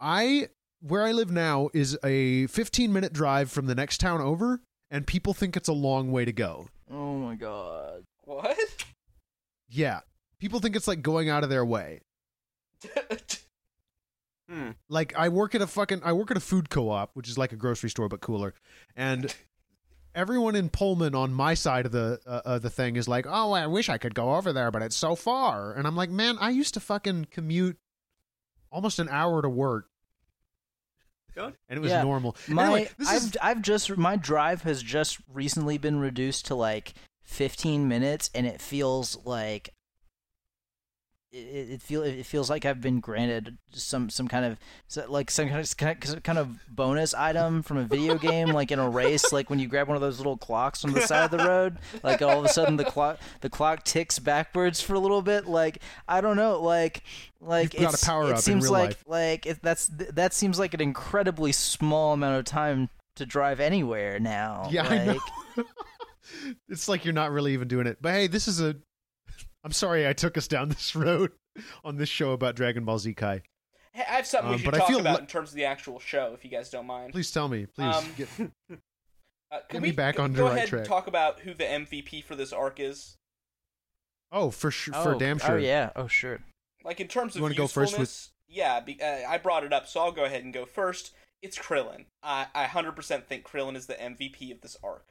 Speaker 1: I where I live now is a fifteen minute drive from the next town over, and people think it's a long way to go.
Speaker 2: Oh my god.
Speaker 3: What?
Speaker 1: Yeah, people think it's like going out of their way.
Speaker 4: Hmm.
Speaker 1: like I work at a fucking I work at a food co-op, which is like a grocery store but cooler, and everyone in Pullman on my side of the uh, uh, the thing is like, oh, I wish I could go over there, but it's so far, and I'm like, man, I used to fucking commute almost an hour to work,
Speaker 4: Good.
Speaker 1: and it was
Speaker 2: Yeah.
Speaker 1: normal.
Speaker 2: My
Speaker 1: anyway, this
Speaker 2: I've
Speaker 1: is
Speaker 2: I've just my drive has just recently been reduced to like 15 minutes, and it feels like it, it it feel it feels like I've been granted some some kind of so- like some kind of some kind of bonus item from a video game, like in a race, like when you grab one of those little clocks from the side of the road, like all of a sudden the clock the clock ticks backwards for a little bit. Like I don't know, like like
Speaker 1: You've got a
Speaker 2: it's-
Speaker 1: power
Speaker 2: it
Speaker 1: up in
Speaker 2: seems
Speaker 1: real
Speaker 2: like
Speaker 1: life.
Speaker 2: like it, that's th- that seems like an incredibly small amount of time to drive anywhere now.
Speaker 1: yeah,
Speaker 2: like,
Speaker 1: I know. it's like you're not really even doing it, but hey, this is a. I'm sorry I took us down this road on this show about Dragon Ball Z Kai.
Speaker 3: Hey, I have something
Speaker 1: Um,
Speaker 3: we should
Speaker 1: but I
Speaker 3: talk
Speaker 1: feel
Speaker 3: about
Speaker 1: li-
Speaker 3: in terms of the actual show, if you guys don't mind.
Speaker 1: Please tell me, please.
Speaker 3: Um,
Speaker 1: get,
Speaker 3: Uh,
Speaker 1: Get
Speaker 3: can
Speaker 1: me
Speaker 3: we
Speaker 1: back
Speaker 3: go-
Speaker 1: on the
Speaker 3: go
Speaker 1: right
Speaker 3: ahead
Speaker 1: track.
Speaker 3: and talk about who the MVP for this arc is?
Speaker 1: oh, for sure,
Speaker 2: oh,
Speaker 1: for damn sure.
Speaker 2: Oh yeah. Oh sure.
Speaker 3: Like in terms
Speaker 1: You
Speaker 3: of
Speaker 1: wanna go
Speaker 3: usefulness.
Speaker 1: first with-
Speaker 3: Yeah, be, uh, I brought it up, so I'll go ahead and go first. It's Krillin. I I hundred percent think Krillin is the MVP of this arc.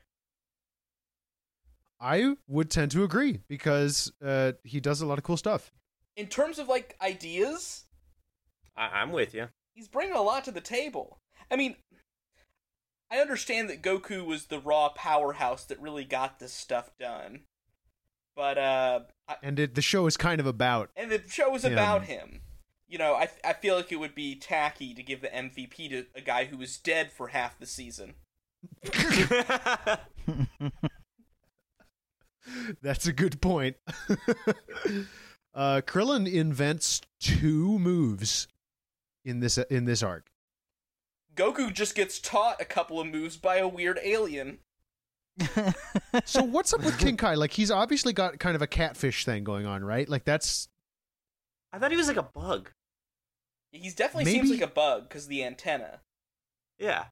Speaker 1: I would tend to agree because uh, he does a lot of cool stuff.
Speaker 3: In terms of like ideas,
Speaker 4: I- I'm with you.
Speaker 3: he's bringing a lot to the table. I mean, I understand that Goku was the raw powerhouse that really got this stuff done, but uh, I,
Speaker 1: And it, the show is kind of about
Speaker 3: and the show was
Speaker 1: Him.
Speaker 3: about him. You know, I I feel like it would be tacky to give the MVP to a guy who was dead for half the season.
Speaker 1: that's a good point. uh, Krillin invents two moves in this uh, in this arc.
Speaker 3: Goku just gets taught a couple of moves by a weird alien.
Speaker 1: So what's up with King Kai? Like he's obviously got kind of a catfish thing going on, right? Like that's
Speaker 4: I thought he was like a bug.
Speaker 3: He's definitely seems
Speaker 1: Maybe-
Speaker 3: like a bug because the antenna.
Speaker 4: Yeah.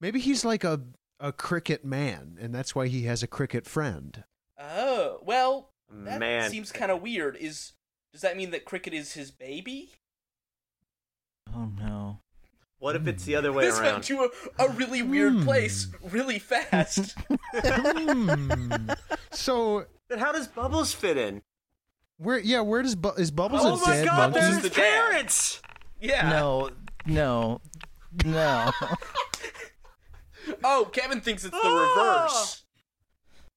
Speaker 1: maybe he's like a a cricket man, and that's why he has a cricket friend.
Speaker 3: Oh well, that
Speaker 4: Man.
Speaker 3: seems kind of weird. Is does that mean that Cricket is his baby?
Speaker 2: Oh no.
Speaker 4: What if it's the other way
Speaker 3: this went
Speaker 4: around?
Speaker 3: to a, a really weird
Speaker 1: Hmm.
Speaker 3: place really fast.
Speaker 1: Hmm. So
Speaker 4: Then how does Bubbles fit in?
Speaker 1: where? Yeah, where does Bu- is Bubbles
Speaker 4: Oh
Speaker 1: a
Speaker 4: my
Speaker 1: dead
Speaker 4: god,
Speaker 1: monkey?
Speaker 4: there's
Speaker 3: The
Speaker 4: his
Speaker 3: dad.
Speaker 4: parents!
Speaker 3: yeah.
Speaker 2: No. No. No.
Speaker 3: Oh, Kevin thinks it's the
Speaker 4: Ah!
Speaker 3: reverse.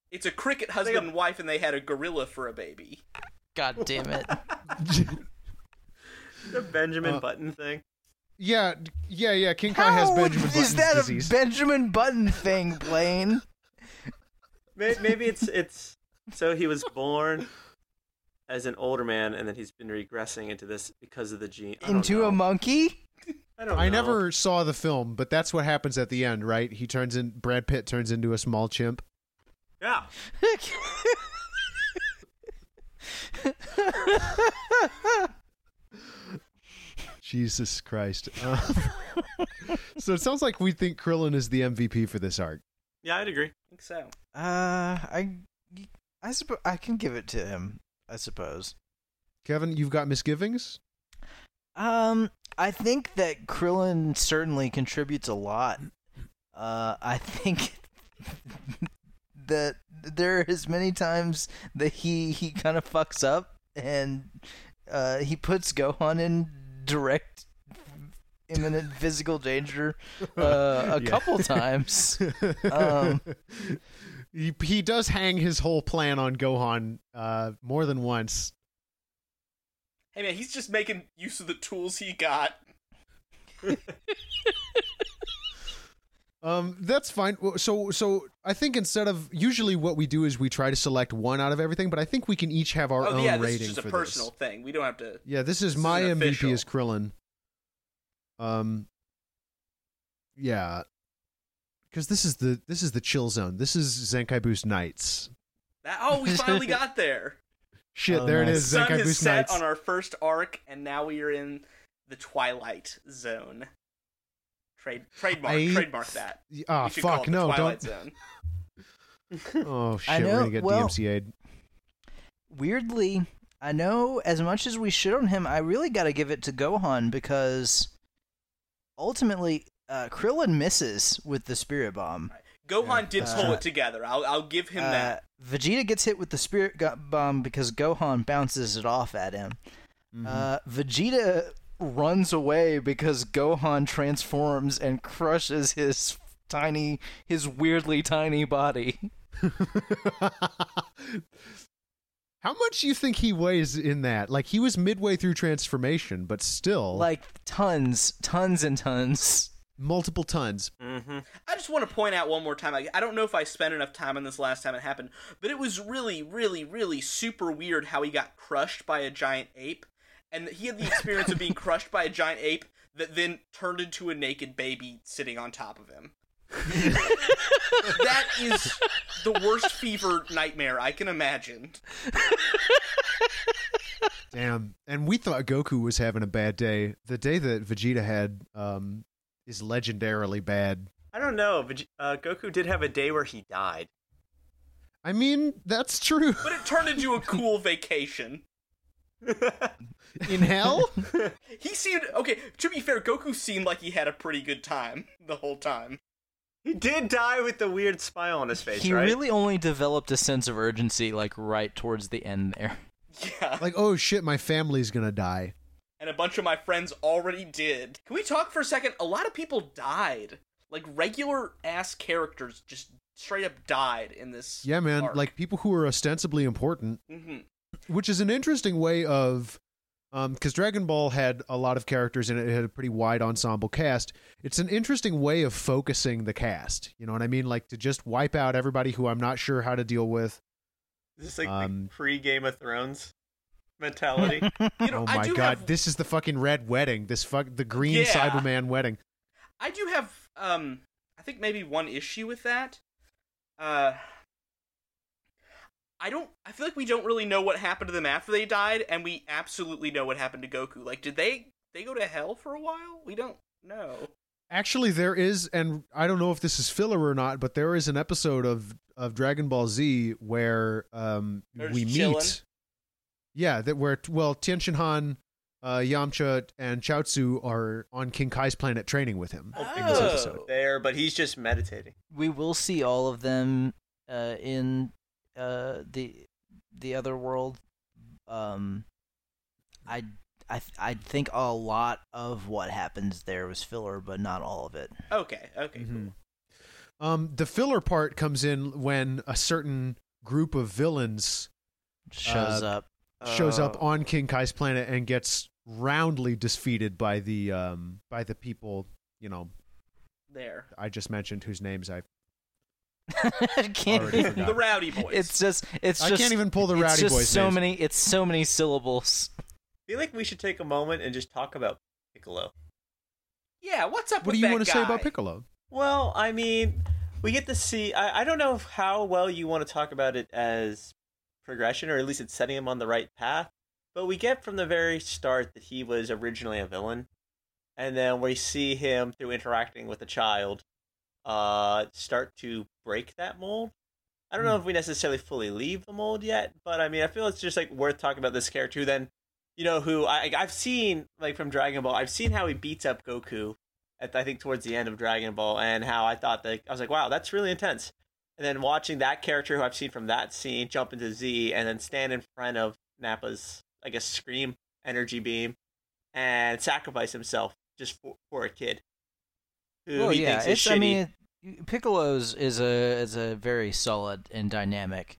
Speaker 3: It's a cricket husband and wife, and they had a gorilla for a baby.
Speaker 2: God damn it.
Speaker 4: The Benjamin
Speaker 1: Uh,
Speaker 4: Button thing.
Speaker 1: Yeah, d- yeah, yeah. King Kai has Benjamin Button's
Speaker 2: is that
Speaker 1: disease.
Speaker 2: a Benjamin Button thing, Blaine?
Speaker 4: May- Maybe it's it's so he was born as an older man, and then he's been regressing into this because of the gene. I don't
Speaker 2: Into
Speaker 4: know.
Speaker 2: a monkey?
Speaker 4: I don't.
Speaker 1: I
Speaker 4: know.
Speaker 1: never saw the film, but that's what happens at the end, right? He turns in Brad Pitt turns into a small chimp.
Speaker 4: Yeah.
Speaker 1: Jesus Christ. Uh, so it sounds like we think Krillin is the MVP for this arc.
Speaker 4: Yeah, I'd agree.
Speaker 3: think so.
Speaker 2: Uh, I, I suppose I can give it to him. I suppose.
Speaker 1: Kevin, you've got misgivings?
Speaker 2: Um, I think that Krillin certainly contributes a lot. Uh, I think that there is many times that he he kind of fucks up and uh, he puts Gohan in direct imminent physical danger uh, a
Speaker 1: Yeah.
Speaker 2: couple times. Um.
Speaker 1: he, he does hang his whole plan on Gohan uh, more than once.
Speaker 3: Hey man, he's just making use of the tools he got.
Speaker 1: Um, that's fine. Well, So, so I think instead of usually what we do is we try to select one out of everything, but I think we can each have our
Speaker 3: oh
Speaker 1: own
Speaker 3: yeah, this
Speaker 1: rating
Speaker 3: is just a
Speaker 1: for
Speaker 3: personal
Speaker 1: this.
Speaker 3: thing. We don't have to.
Speaker 1: Yeah, this is
Speaker 3: This
Speaker 1: my
Speaker 3: isn't
Speaker 1: MVP
Speaker 3: official.
Speaker 1: is Krillin. Um, yeah, because this is the this is the chill zone. This is Zenkai Boost Nights.
Speaker 3: That, oh, we finally got there.
Speaker 1: Shit,
Speaker 2: Oh,
Speaker 1: there it
Speaker 2: nice.
Speaker 3: The
Speaker 1: is.
Speaker 3: sun
Speaker 1: Zenkai
Speaker 3: has
Speaker 1: Boost
Speaker 3: set
Speaker 1: Nights.
Speaker 3: on our first arc, and now we are in the twilight zone. Trade trademark
Speaker 1: I-
Speaker 3: trademark that.
Speaker 1: Ah,
Speaker 3: We should call it
Speaker 1: fuck
Speaker 3: the
Speaker 1: no,
Speaker 3: Twilight
Speaker 1: don't.
Speaker 3: Zone.
Speaker 1: Oh shit, we're
Speaker 2: know,
Speaker 1: gonna get
Speaker 2: well-
Speaker 1: DMCA'd.
Speaker 2: weirdly, I know as much as we shit on him, I really got to give it to Gohan because ultimately, uh, Krillin misses with the Spirit Bomb.
Speaker 3: Gohan did
Speaker 2: that's
Speaker 3: pull
Speaker 1: Uh,
Speaker 2: true.
Speaker 3: it together. I'll I'll give him
Speaker 2: Uh,
Speaker 3: that.
Speaker 2: Vegeta gets hit with the Spirit Go- Bomb because Gohan bounces it off at him.
Speaker 3: Mm-hmm.
Speaker 2: Uh, Vegeta runs away because Gohan transforms and crushes his tiny, his weirdly tiny body.
Speaker 1: How much do you think he weighs in that? Like he was midway through transformation, but still
Speaker 2: Like tons, tons and tons.
Speaker 1: multiple tons.
Speaker 4: Mm-hmm.
Speaker 3: I just want to point out one more time. I, I don't know if I spent enough time on this last time it happened, but it was really, really, really super weird how he got crushed by a giant ape, and he had the experience of being crushed by a giant ape that then turned into a naked baby sitting on top of him. that is the worst fever nightmare I can imagine.
Speaker 1: Damn. And we thought Goku was having a bad day. The day that Vegeta had um, is legendarily bad.
Speaker 4: I don't know. But uh, Goku did have a day where he died.
Speaker 1: I mean, that's true.
Speaker 3: But it turned into a cool vacation.
Speaker 1: In hell?
Speaker 3: He seemed okay. To be fair, Goku seemed like he had a pretty good time the whole time.
Speaker 4: he did die with the weird smile on his face,
Speaker 2: he
Speaker 4: right?
Speaker 2: really only developed a sense of urgency like right towards the end there.
Speaker 3: Yeah.
Speaker 1: like, oh shit, my family's gonna die.
Speaker 3: and a bunch of my friends already did. Can we talk for a second? A lot of people died. Like regular ass characters just straight up died in this.
Speaker 1: Yeah, man. Like people who are ostensibly important,
Speaker 3: hmm
Speaker 1: which is an interesting way of. Because Dragon Ball had a lot of characters and it had a pretty wide ensemble cast. It's an interesting way of focusing the cast. You know what I mean? Like to just wipe out everybody who I'm not sure how to deal with.
Speaker 4: Is this like
Speaker 1: Um,
Speaker 4: the pre Game of Thrones mentality?
Speaker 3: You know,
Speaker 1: oh
Speaker 3: I
Speaker 1: my
Speaker 3: do
Speaker 1: god,
Speaker 3: have.
Speaker 1: this is the fucking red wedding. This fuck the green
Speaker 3: Yeah.
Speaker 1: Cyberman wedding.
Speaker 3: I do have. Um, I think maybe one issue with that. Uh. I don't. I feel like we don't really know what happened to them after they died, and we absolutely know what happened to Goku. Like, did they they go to hell for a while? We don't know.
Speaker 1: Actually, there is, and I don't know if this is filler or not, but there is an episode of of Dragon Ball Z where um
Speaker 3: They're
Speaker 1: we meet.
Speaker 3: just chillin'.
Speaker 1: Yeah, that where well Tien Shin Han, uh, Yamcha, and Chaozu are on King Kai's planet training with him.
Speaker 3: Oh.
Speaker 1: in this episode.
Speaker 4: there, but he's just meditating.
Speaker 2: We will see all of them uh, in uh, the the other world. Um, I I I think a lot of what happens there was filler, but not all of it.
Speaker 3: Oh, Okay. Okay.
Speaker 1: Mhm.
Speaker 3: Cool.
Speaker 1: Um, the filler part comes in when a certain group of villains
Speaker 2: Shows
Speaker 1: Uh,
Speaker 2: up.
Speaker 1: shows up
Speaker 4: Uh,
Speaker 3: Oh.
Speaker 1: on King Kai's planet and gets roundly defeated by the um by the people you know
Speaker 3: There.
Speaker 1: I just mentioned whose names I
Speaker 2: I can't
Speaker 1: Already
Speaker 2: even-
Speaker 1: forgot.
Speaker 3: The Rowdy Boys.
Speaker 2: it's just it's
Speaker 1: I
Speaker 2: just
Speaker 1: can't even pull the
Speaker 2: it's
Speaker 1: Rowdy
Speaker 2: just
Speaker 1: Boys
Speaker 2: so
Speaker 1: names.
Speaker 2: many it's so many syllables.
Speaker 4: feel like we should take a moment and just talk about Piccolo.
Speaker 3: yeah, what's up
Speaker 1: What
Speaker 3: with
Speaker 1: do you
Speaker 3: that
Speaker 1: want to say
Speaker 3: guy?
Speaker 1: about Piccolo?
Speaker 4: Well, I mean, we get to see. I, I don't know how well you want to talk about it as progression, or at least it's setting him on the right path. But we get from the very start that he was originally a villain, and then we see him through interacting with a child, uh, start to break that mold. I don't know
Speaker 2: Hmm.
Speaker 4: if we necessarily fully leave the mold yet, but I mean, I feel it's just like worth talking about this character. Who then, you know, who I I've seen like from Dragon Ball, I've seen how he beats up Goku at I think towards the end of Dragon Ball, and how I thought that I was like, wow, that's really intense. And then watching that character who I've seen from that scene jump into Z, and then stand in front of Nappa's, I guess, scream energy beam, and sacrifice himself just for, for a kid who
Speaker 2: well,
Speaker 4: he
Speaker 2: yeah,
Speaker 4: thinks
Speaker 2: it's
Speaker 4: is shitty.
Speaker 2: I mean Piccolo's is a is a very solid and dynamic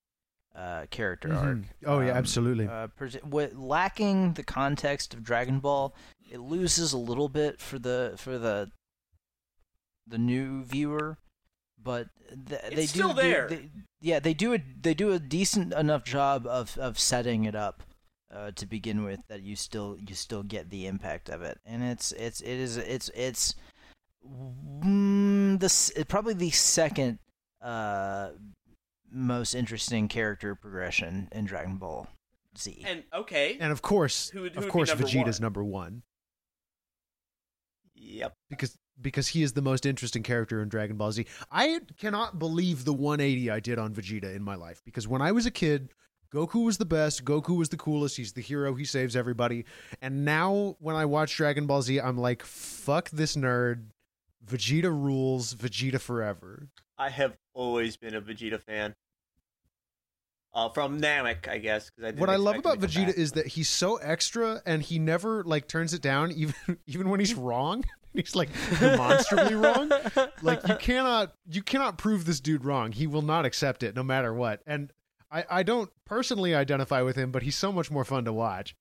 Speaker 2: uh, character arc.
Speaker 1: Mhm. Oh, yeah, absolutely.
Speaker 2: Uh, pres- what lacking the context of Dragon Ball, it loses a little bit for the for the the new viewer, but th- they do
Speaker 3: It's still
Speaker 2: do-
Speaker 3: there.
Speaker 2: they- yeah, they do a they do a decent enough job of of setting it up uh, to begin with that you still you still get the impact of it, and it's it's it is it's it's mm, this probably the second uh most interesting character progression in Dragon Ball Z.
Speaker 3: And okay,
Speaker 1: And of course,
Speaker 3: Who would- who
Speaker 1: of
Speaker 3: would be
Speaker 1: course,
Speaker 3: number
Speaker 1: Vegeta's
Speaker 3: one?
Speaker 1: number one
Speaker 4: yep.
Speaker 1: because because he is the most interesting character in Dragon Ball Z. I cannot believe the 180 I did on Vegeta in my life because when I was a kid, Goku was the best. Goku was the coolest. He's the hero. He saves everybody. And now when I watch Dragon Ball Z, I'm like, fuck this nerd. Vegeta rules. Vegeta forever.
Speaker 4: I have always been a Vegeta fan. Uh, from Namek, I guess. Cause I didn't
Speaker 1: what I love
Speaker 4: expect
Speaker 1: about
Speaker 4: him to come
Speaker 1: Vegeta
Speaker 4: back.
Speaker 1: is that he's so extra and he never like turns it down even even when he's wrong. He's like demonstrably wrong. Like you cannot you cannot prove this dude wrong. He will not accept it no matter what. And I I don't personally identify with him, but he's so much more fun to watch.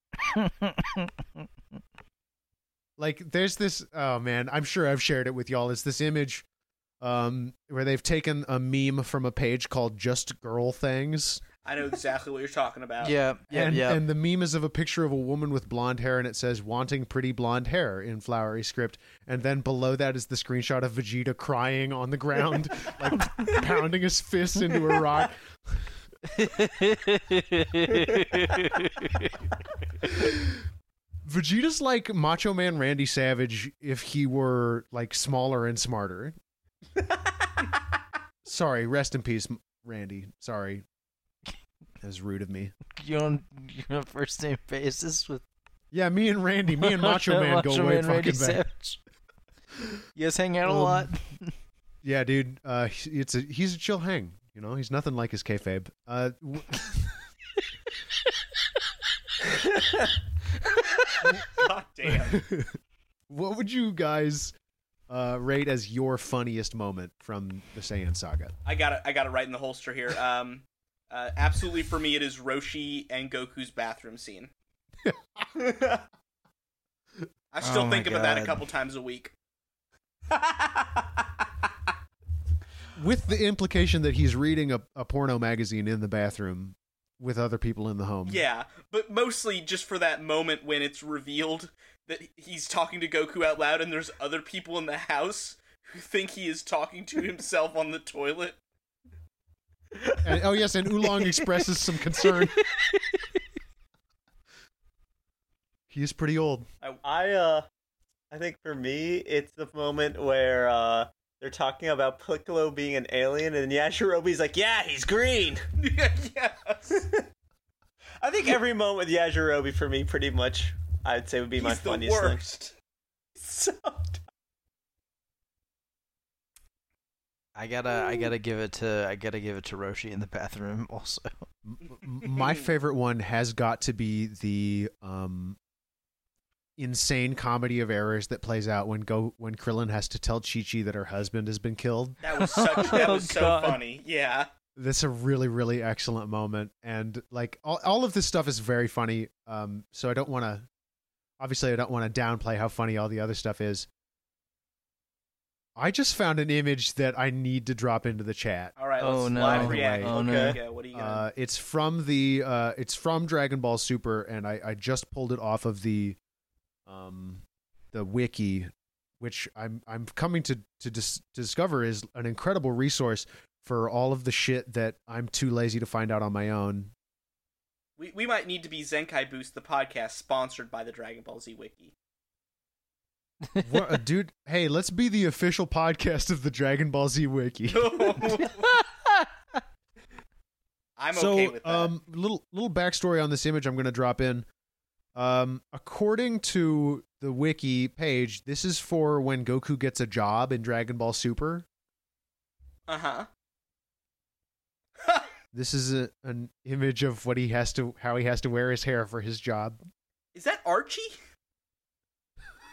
Speaker 1: Like there's this oh man, I'm sure I've shared it with y'all. It's this image um where they've taken a meme from a page called Just Girl Things.
Speaker 3: I know exactly what you're talking about.
Speaker 2: yeah, yeah,
Speaker 1: and,
Speaker 2: yeah.
Speaker 1: and the meme is of a picture of a woman with blonde hair, and it says "wanting pretty blonde hair" in flowery script, and then below that is the screenshot of Vegeta crying on the ground, like pounding his fist into a rock. Vegeta's like Macho Man Randy Savage if he were like smaller and smarter. Sorry, rest in peace, Randy. Sorry, that was rude of me.
Speaker 2: you on you're on first name basis with
Speaker 1: Yeah, me and Randy, me and Macho Man go
Speaker 2: Macho
Speaker 1: way
Speaker 2: Man Randy
Speaker 1: fucking back.
Speaker 2: Savage. You guys hang out a
Speaker 1: Um,
Speaker 2: lot.
Speaker 1: Yeah, dude, uh, he- it's a he's a chill hang. You know, he's nothing like his kayfabe. Uh, w-
Speaker 4: God damn.
Speaker 1: what would you guys uh, rate as your funniest moment from the Saiyan saga?
Speaker 3: I got it. I got it right in the holster here. Um, uh, absolutely for me, it is Roshi and Goku's bathroom scene. I still
Speaker 2: Oh my
Speaker 3: think about that a
Speaker 2: God.
Speaker 3: couple times a week.
Speaker 1: With the implication that he's reading a, a porno magazine in the bathroom with other people in the home.
Speaker 3: Yeah, but mostly just for that moment when it's revealed that he's talking to Goku out loud, and there's other people in the house who think he is talking to himself on the toilet.
Speaker 1: And, oh yes, and Oolong expresses some concern. he is pretty old.
Speaker 4: I uh, I think for me, it's the moment where uh, they're talking about Piccolo being an alien, and Yajirobe's like, "Yeah, he's green."
Speaker 3: yeah, yes.
Speaker 4: I think every moment with Yajirobe for me, pretty much, I'd say would be my
Speaker 3: He's the
Speaker 4: funniest thing.
Speaker 3: worst.
Speaker 4: So
Speaker 2: I gotta, I gotta give it to, I gotta give it to Roshi in the bathroom. Also,
Speaker 1: M- my favorite one has got to be the um insane comedy of errors that plays out when go when Krillin has to tell Chi Chi that her husband has been killed.
Speaker 3: That was such. That
Speaker 2: Oh,
Speaker 3: was so
Speaker 2: God.
Speaker 3: funny. Yeah.
Speaker 1: That's a really really excellent moment and like all, all of this stuff is very funny. Um so I don't want to obviously I don't want to downplay how funny all the other stuff is. I just found an image that I need to drop into the chat.
Speaker 3: All right,
Speaker 2: Oh,
Speaker 3: let's
Speaker 2: no.
Speaker 3: live react.
Speaker 2: Oh,
Speaker 3: okay,
Speaker 2: no.
Speaker 3: okay, what are you gonna?
Speaker 1: Uh, it's from the uh, it's from Dragon Ball Super, and I, I just pulled it off of the um the wiki, which I'm I'm coming to to dis- discover is an incredible resource for all of the shit that I'm too lazy to find out on my own.
Speaker 3: we we might need to be Zenkai Boost, the podcast sponsored by the Dragon Ball Z Wiki.
Speaker 1: What, uh, dude, hey, let's be the official podcast of the Dragon Ball Z wiki.
Speaker 3: I'm
Speaker 1: so,
Speaker 3: okay with that.
Speaker 1: um, little little backstory on this image I'm going to drop in. Um, according to the wiki page, this is for when Goku gets a job in Dragon Ball Super.
Speaker 3: uh huh.
Speaker 1: This is a, an image of what he has to how he has to wear his hair for his job.
Speaker 3: Is that Archie?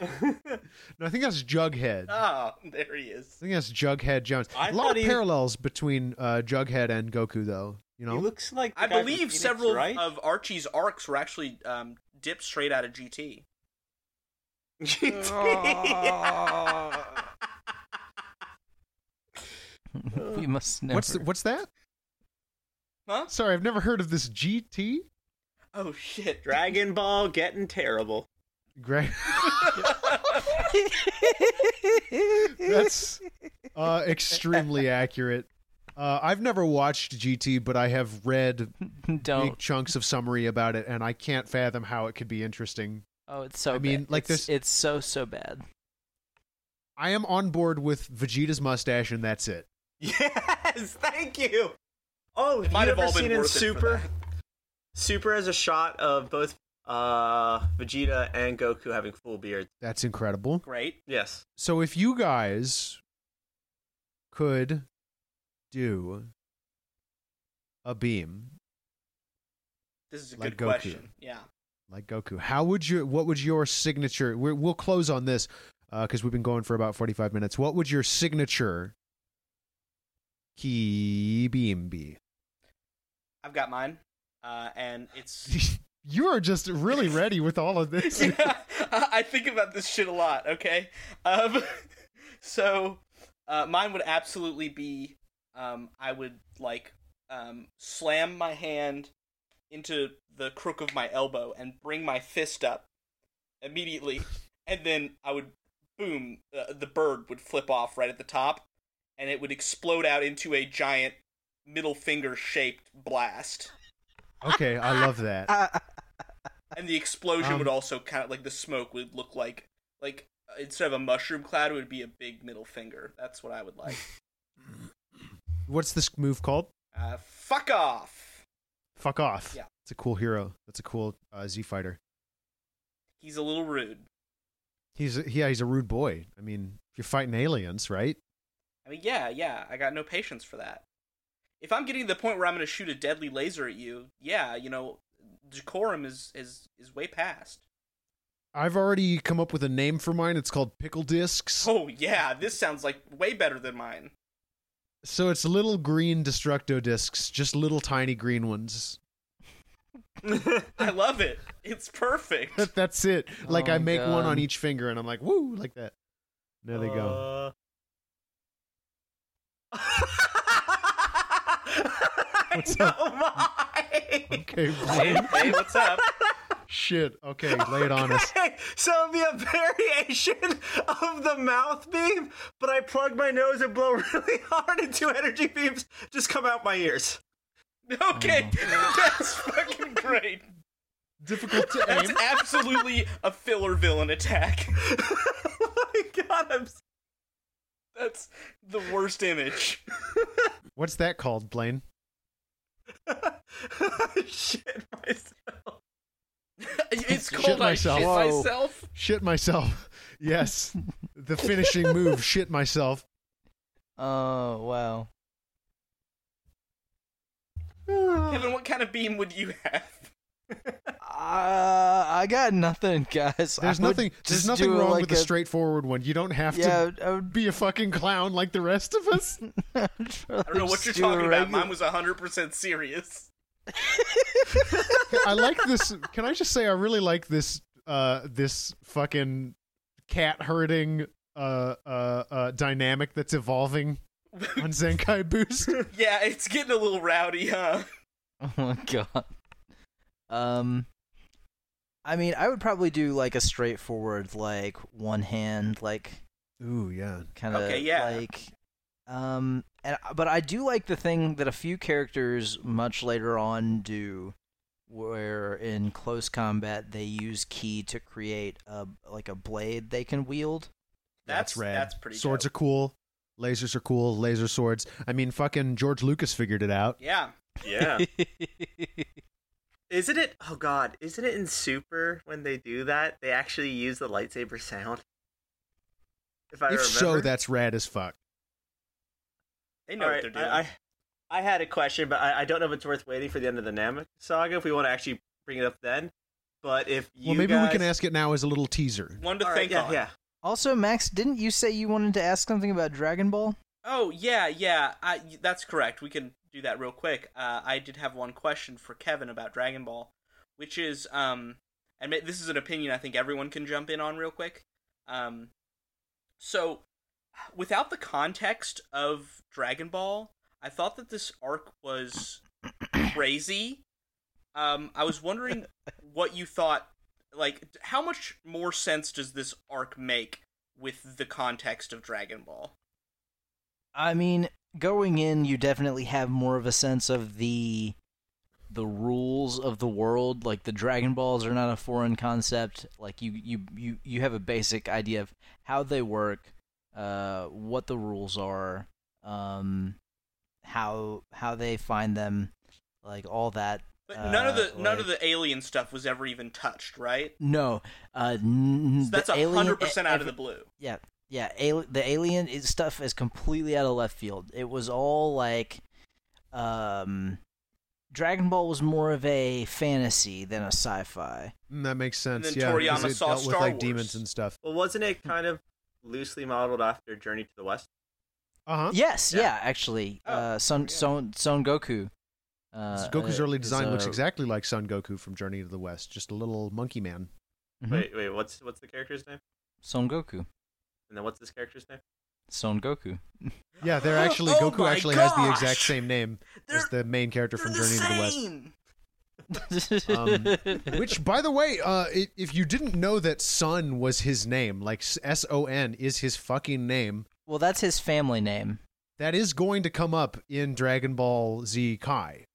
Speaker 1: Uh, No, I think that's Jughead. I
Speaker 3: Oh, there he is.
Speaker 1: think that's Jughead Jones.
Speaker 4: Uh, I
Speaker 1: A lot
Speaker 4: thought
Speaker 1: of
Speaker 4: he-
Speaker 1: parallels between uh, Jughead and Goku, though. You
Speaker 4: He
Speaker 1: know,
Speaker 4: looks like the
Speaker 3: I
Speaker 4: guy from
Speaker 3: believe
Speaker 4: Phoenix,
Speaker 3: several
Speaker 4: right?
Speaker 3: of Archie's arcs were actually um, dipped straight out of GT.
Speaker 2: we must never.
Speaker 1: what's what's that?
Speaker 3: Huh?
Speaker 1: Sorry, I've never heard of this GT.
Speaker 3: Oh shit!
Speaker 4: Dragon Ball getting terrible.
Speaker 1: Greg. That's uh, extremely accurate. Uh, I've never watched GT, but I have read big
Speaker 2: Don't.
Speaker 1: chunks of summary about it, and I can't fathom how it could be interesting.
Speaker 2: Oh, it's so.
Speaker 1: I mean,
Speaker 2: bad.
Speaker 1: like
Speaker 2: It's-
Speaker 1: this-
Speaker 2: It's so so bad.
Speaker 1: I am on board with Vegeta's mustache, and that's it.
Speaker 4: Yes, thank you. Oh, have
Speaker 3: might
Speaker 4: you
Speaker 3: have
Speaker 4: ever
Speaker 3: all been
Speaker 4: seen in
Speaker 3: worth it for
Speaker 4: Super?
Speaker 3: that.
Speaker 4: Super has a shot of both uh, Vegeta and Goku having full beards.
Speaker 1: That's incredible.
Speaker 3: Great.
Speaker 4: Yes.
Speaker 1: So if you guys could do a beam
Speaker 3: This is a
Speaker 1: Like
Speaker 3: good
Speaker 1: Goku.
Speaker 3: question. Yeah.
Speaker 1: like Goku, how would you? What would your signature? We're, we'll close on this because we've been going for about forty-five minutes. What would your signature key beam be?
Speaker 3: I've got mine, uh, and it's.
Speaker 1: you are just really ready with all of this.
Speaker 3: yeah, I I think about this shit a lot. Okay, um, so uh, mine would absolutely be um, I would like um, slam my hand into the crook of my elbow and bring my fist up immediately, and then I would boom. Uh, the bird would flip off right at the top, and it would explode out into a giant middle finger shaped blast
Speaker 1: Okay, I love that.
Speaker 2: Oh,
Speaker 3: and the explosion
Speaker 1: Um,
Speaker 3: would also kind of like the smoke would look like like uh, instead of a mushroom cloud it would be a big middle finger that's what i would like
Speaker 1: What's this move called?
Speaker 3: uh, fuck off
Speaker 1: Fuck off.
Speaker 3: Yeah.
Speaker 1: it's a cool hero. That's a cool uh, Z fighter.
Speaker 3: he's a little rude
Speaker 1: He's a, yeah, he's a rude boy. I mean, if you're fighting aliens, right?
Speaker 3: i mean yeah yeah i got no patience for that if i'm getting to the point where i'm going to shoot a deadly laser at you yeah you know decorum is is is way past
Speaker 1: I've already come up with a name for mine. It's called pickle discs.
Speaker 3: oh yeah this sounds like way better than mine
Speaker 1: So it's little green destructo discs, just little tiny green ones.
Speaker 3: i love it it's perfect
Speaker 1: That- That's it. Like
Speaker 2: Oh,
Speaker 1: I make one
Speaker 2: God. Uh.
Speaker 1: on each finger, and I'm like, woo, like that. There they go.
Speaker 4: Uh,
Speaker 1: What's up? Okay, Blaine.
Speaker 3: hey what's up
Speaker 1: Shit. Okay, lay it on us.
Speaker 4: Okay, so it'll be a variation of the mouth beam, but I plug my nose and blow really hard, and two energy beams just come out my ears.
Speaker 3: okay that's fucking great
Speaker 1: Difficult to
Speaker 3: That's
Speaker 1: aim.
Speaker 3: absolutely a filler villain attack.
Speaker 4: oh my god, I'm. s-
Speaker 3: That's the worst image.
Speaker 1: What's that called, Blaine?
Speaker 4: Shit myself.
Speaker 3: It's
Speaker 1: Shit
Speaker 3: called I
Speaker 1: myself.
Speaker 3: shit
Speaker 1: Whoa.
Speaker 3: myself.
Speaker 1: Shit myself. Yes, the finishing move. Shit myself.
Speaker 2: Oh wow.
Speaker 3: Kevin, what kind of beam would you have?
Speaker 2: Uh, I got nothing, guys.
Speaker 1: There's
Speaker 2: I would
Speaker 1: nothing. There's
Speaker 2: just
Speaker 1: nothing
Speaker 2: do,
Speaker 1: wrong
Speaker 2: like
Speaker 1: with
Speaker 2: a,
Speaker 1: a straightforward one. You don't have
Speaker 2: Yeah,
Speaker 1: to
Speaker 2: I would.
Speaker 1: be a fucking clown like the rest of us.
Speaker 2: I
Speaker 3: I don't know what you're talking about. Mine was 100% serious.
Speaker 1: I like this. Can I just say I really like this? Uh, this fucking cat herding uh, uh, uh, dynamic that's evolving on Zenkai Boost.
Speaker 3: Yeah, it's getting a little rowdy, huh?
Speaker 2: Oh my god. Um I mean, I would probably do like a straightforward like one hand like
Speaker 1: Ooh, yeah.
Speaker 2: kind of
Speaker 3: Okay, yeah.
Speaker 2: like um and but I do like the thing that a few characters much later on do where in close combat they use key to create a like a blade they can wield.
Speaker 3: That's
Speaker 1: That's rad.
Speaker 3: That's pretty.
Speaker 1: Swords
Speaker 3: dope.
Speaker 1: are cool. Lasers are cool. Laser swords. I mean, fucking George Lucas figured it out.
Speaker 3: Yeah.
Speaker 4: Yeah. Isn't it? Oh God! Isn't it in Super when they do that? They actually use the lightsaber sound. If I
Speaker 1: if
Speaker 4: remember.
Speaker 1: so, that's rad as fuck.
Speaker 3: They know
Speaker 4: All
Speaker 3: what
Speaker 4: right,
Speaker 3: they're doing.
Speaker 4: I, I, I had a question, but I, I don't know if it's worth waiting for the end of the Namek saga if we want to actually bring it up then. But if you
Speaker 1: well, maybe
Speaker 4: guys...
Speaker 1: we can ask it now as a little teaser.
Speaker 3: One to
Speaker 4: All right,
Speaker 3: think
Speaker 4: yeah,
Speaker 3: on.
Speaker 4: yeah.
Speaker 2: also, Max, didn't you say you wanted to ask something about Dragon Ball?
Speaker 3: Oh yeah, yeah. I, that's correct. We can do that real quick. Uh, I did have one question for Kevin about Dragon Ball, which is um, and ma- this is an opinion I think everyone can jump in on real quick. Um, so without the context of Dragon Ball, I thought that this arc was crazy. Um, I was wondering what you thought. Like, how much more sense does this arc make with the context of Dragon Ball?
Speaker 2: I mean, going in, you definitely have more of a sense of the the rules of the world. Like the Dragon Balls are not a foreign concept. Like you you you you have a basic idea of how they work, uh, what the rules are, um, how how they find them, like all that.
Speaker 3: But none of the
Speaker 2: uh,
Speaker 3: none of
Speaker 2: like-
Speaker 3: the alien stuff was ever even touched, right?
Speaker 2: No, uh, n-
Speaker 1: Mm,
Speaker 3: So that's
Speaker 2: the alien-
Speaker 1: e-,
Speaker 3: hundred percent out
Speaker 2: every-
Speaker 3: of the blue.
Speaker 2: Yeah, yeah. Ali- the alien is, stuff is completely out of left field. It was all like, um, Dragon Ball was more of a fantasy than a sci-fi.
Speaker 1: Mm, that makes sense.
Speaker 3: then
Speaker 1: yeah, because
Speaker 3: Toriyama
Speaker 1: it
Speaker 3: saw
Speaker 1: dealt with
Speaker 3: Star
Speaker 1: like
Speaker 3: Wars.
Speaker 1: demons and stuff.
Speaker 4: Well, wasn't it kind of loosely modeled after Journey to the West?
Speaker 1: Uh huh.
Speaker 2: Yes, yeah,
Speaker 4: Yeah.
Speaker 2: actually,
Speaker 3: Oh,
Speaker 2: uh, Son,
Speaker 3: yeah.
Speaker 2: Son Son Goku. Uh,
Speaker 1: Goku's
Speaker 2: uh,
Speaker 1: early
Speaker 2: is,
Speaker 1: design looks
Speaker 2: uh,
Speaker 1: exactly like Son Goku from Journey to the West, just a little monkey man.
Speaker 2: mhm,
Speaker 4: Wait, wait. What's what's the character's name?
Speaker 2: Son Goku.
Speaker 4: And then what's this character's name?
Speaker 2: Son Goku.
Speaker 1: Yeah, they're actually
Speaker 3: Oh
Speaker 1: Goku
Speaker 3: my
Speaker 1: actually has the exact
Speaker 3: gosh!
Speaker 1: same name as the main character from Journey to the West. Which, by the way, uh, i- if you didn't know that Son was his name, like S O N is his fucking name,
Speaker 2: well, that's his family name.
Speaker 1: that is going to come up in Dragon Ball Z Kai.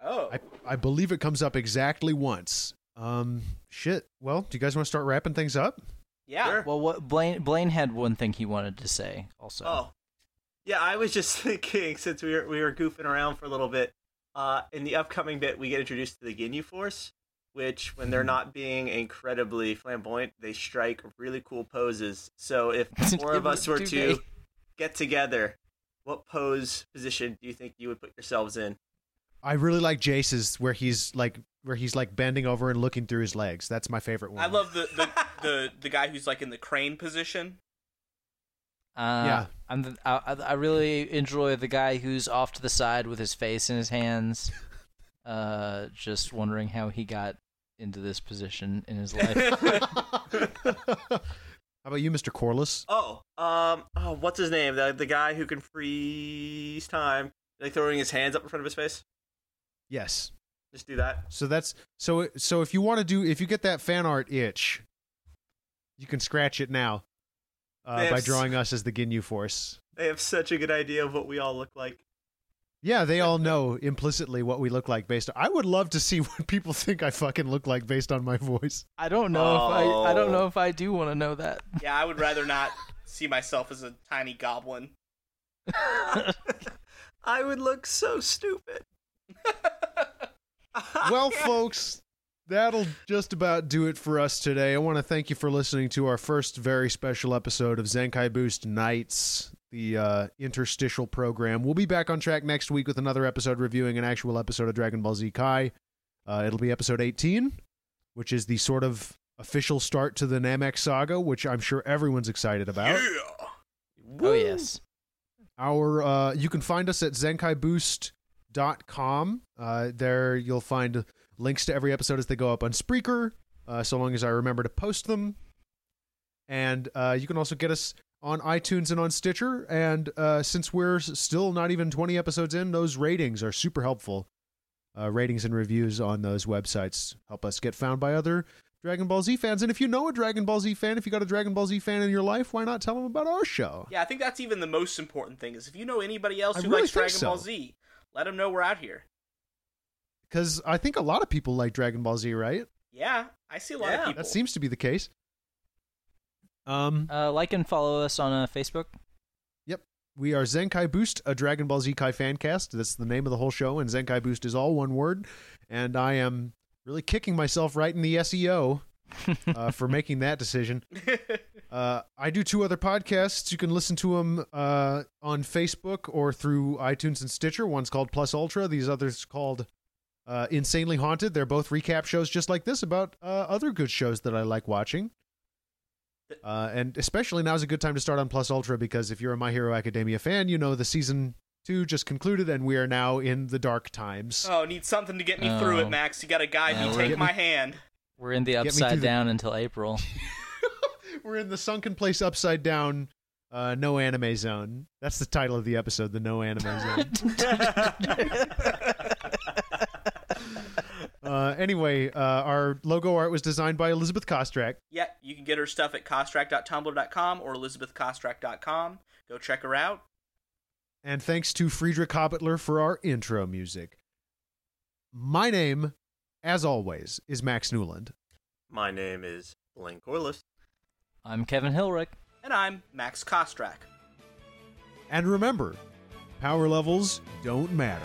Speaker 3: Oh,
Speaker 1: I, I believe it comes up exactly once. Um, shit. Well, do you guys want to start wrapping things up?
Speaker 3: yeah.
Speaker 4: Sure.
Speaker 2: Well, what Blaine Blaine had one thing he wanted to say also.
Speaker 4: Oh, yeah. I was just thinking since we were we were goofing around for a little bit. Uh, in the upcoming bit, we get introduced to the Ginyu Force, which, when they're not being incredibly flamboyant, they strike really cool poses. So, if four of us were
Speaker 2: Do
Speaker 4: to
Speaker 2: they-
Speaker 4: get together, what pose position do you think you would put yourselves in?
Speaker 1: I really like Jace's where he's like where he's like bending over and looking through his legs. That's my favorite one.
Speaker 3: I love the the, the the guy who's like in the crane position.
Speaker 2: Uh,
Speaker 1: Yeah.
Speaker 2: I'm the, I, I- I really enjoy the guy who's off to the side with his face in his hands, uh, just wondering how he got into this position in his life.
Speaker 1: How about you, Mr. Corliss?
Speaker 4: Oh, um, oh, what's his name? The the guy who can freeze time, like throwing his hands up in front of his face.
Speaker 1: Yes.
Speaker 4: Just do that.
Speaker 1: So that's so so if you want to do if you get that fan art itch, you can scratch it now uh, by
Speaker 4: Yes.
Speaker 1: drawing us as the Ginyu Force.
Speaker 4: They have such a good idea of what we all look like.
Speaker 1: Yeah, they all know implicitly what we look like based on I would love to see what people think I fucking look like based on my voice.
Speaker 2: I don't know if I I don't
Speaker 4: Oh.
Speaker 2: know if I do want to know that.
Speaker 3: Yeah, I would rather not see myself as a tiny goblin.
Speaker 4: I would look so stupid.
Speaker 1: well, folks, that'll just about do it for us today. I want to thank you for listening to our first very special episode of Zenkai Boost Nights, the uh, interstitial program. We'll be back on track next week with another episode reviewing an actual episode of Dragon Ball Z Kai. Uh, it'll be episode 18, which is the sort of official start to the Namek saga, which I'm sure everyone's excited about
Speaker 2: Oh yes,
Speaker 1: our uh, you can find us at zenkaiboost.com uh, there you'll find links to every episode as they go up on spreaker uh, so long as i remember to post them And uh, you can also get us on iTunes and on Stitcher. And uh, since we're s- still not even 20 episodes in, those ratings are super helpful. Uh, ratings and reviews on those websites help us get found by other Dragon Ball Z fans. And if you know a Dragon Ball Z fan, if you got a Dragon Ball Z fan in your life, why not tell them about our show?
Speaker 3: Yeah, I think that's even the most important thing is if you know anybody else
Speaker 1: I
Speaker 3: who
Speaker 1: really
Speaker 3: likes
Speaker 1: think
Speaker 3: Dragon Ball
Speaker 1: so.
Speaker 3: Z, let them know we're out here.
Speaker 1: Because I think a lot of people like Dragon Ball Z, right?
Speaker 3: Yeah, I see a lot
Speaker 5: Yeah.
Speaker 3: of people.
Speaker 1: That seems to be the case. Um,
Speaker 2: Uh, like and follow us on uh, Facebook.
Speaker 1: we are Zenkai Boost, a Dragon Ball Z Kai fan cast. That's the name of the whole show, and Zenkai Boost is all one word. And I am really kicking myself right in the E SEO uh, for making that decision. Uh, I do two other podcasts. You can listen to them uh, on Facebook or through iTunes and Stitcher. One's called Plus Ultra. These others called uh, Insanely Haunted. They're both recap shows just like this about uh, other good shows that I like watching. Uh, and especially now is a good time to start on Plus Ultra because if you're a My Hero Academia fan, you know the season two just concluded and we are now in the dark times.
Speaker 3: Oh, need something to get me through
Speaker 2: Oh.
Speaker 3: it, Max. You got to guide
Speaker 2: Yeah,
Speaker 3: me.
Speaker 2: we're-
Speaker 3: Take my hand.
Speaker 2: We're in the
Speaker 1: me
Speaker 2: upside
Speaker 1: through the-
Speaker 2: down until April.
Speaker 1: We're in the sunken place upside down, uh, no anime zone. That's the title of the episode, the no anime zone. Uh, anyway, uh, our logo art was designed by Elizabeth Kostrak.
Speaker 3: Yeah, you can get her stuff at costrack.tumblr.com or elizabethcostrack.com. Go check her out.
Speaker 1: And thanks to Friedrich Hobbitler for our intro music. My name, as always, is Max Newland.
Speaker 4: My name is Blaine Corliss.
Speaker 2: I'm Kevin Hilrick.
Speaker 3: And I'm Max Kostrack.
Speaker 1: And remember, power levels don't matter.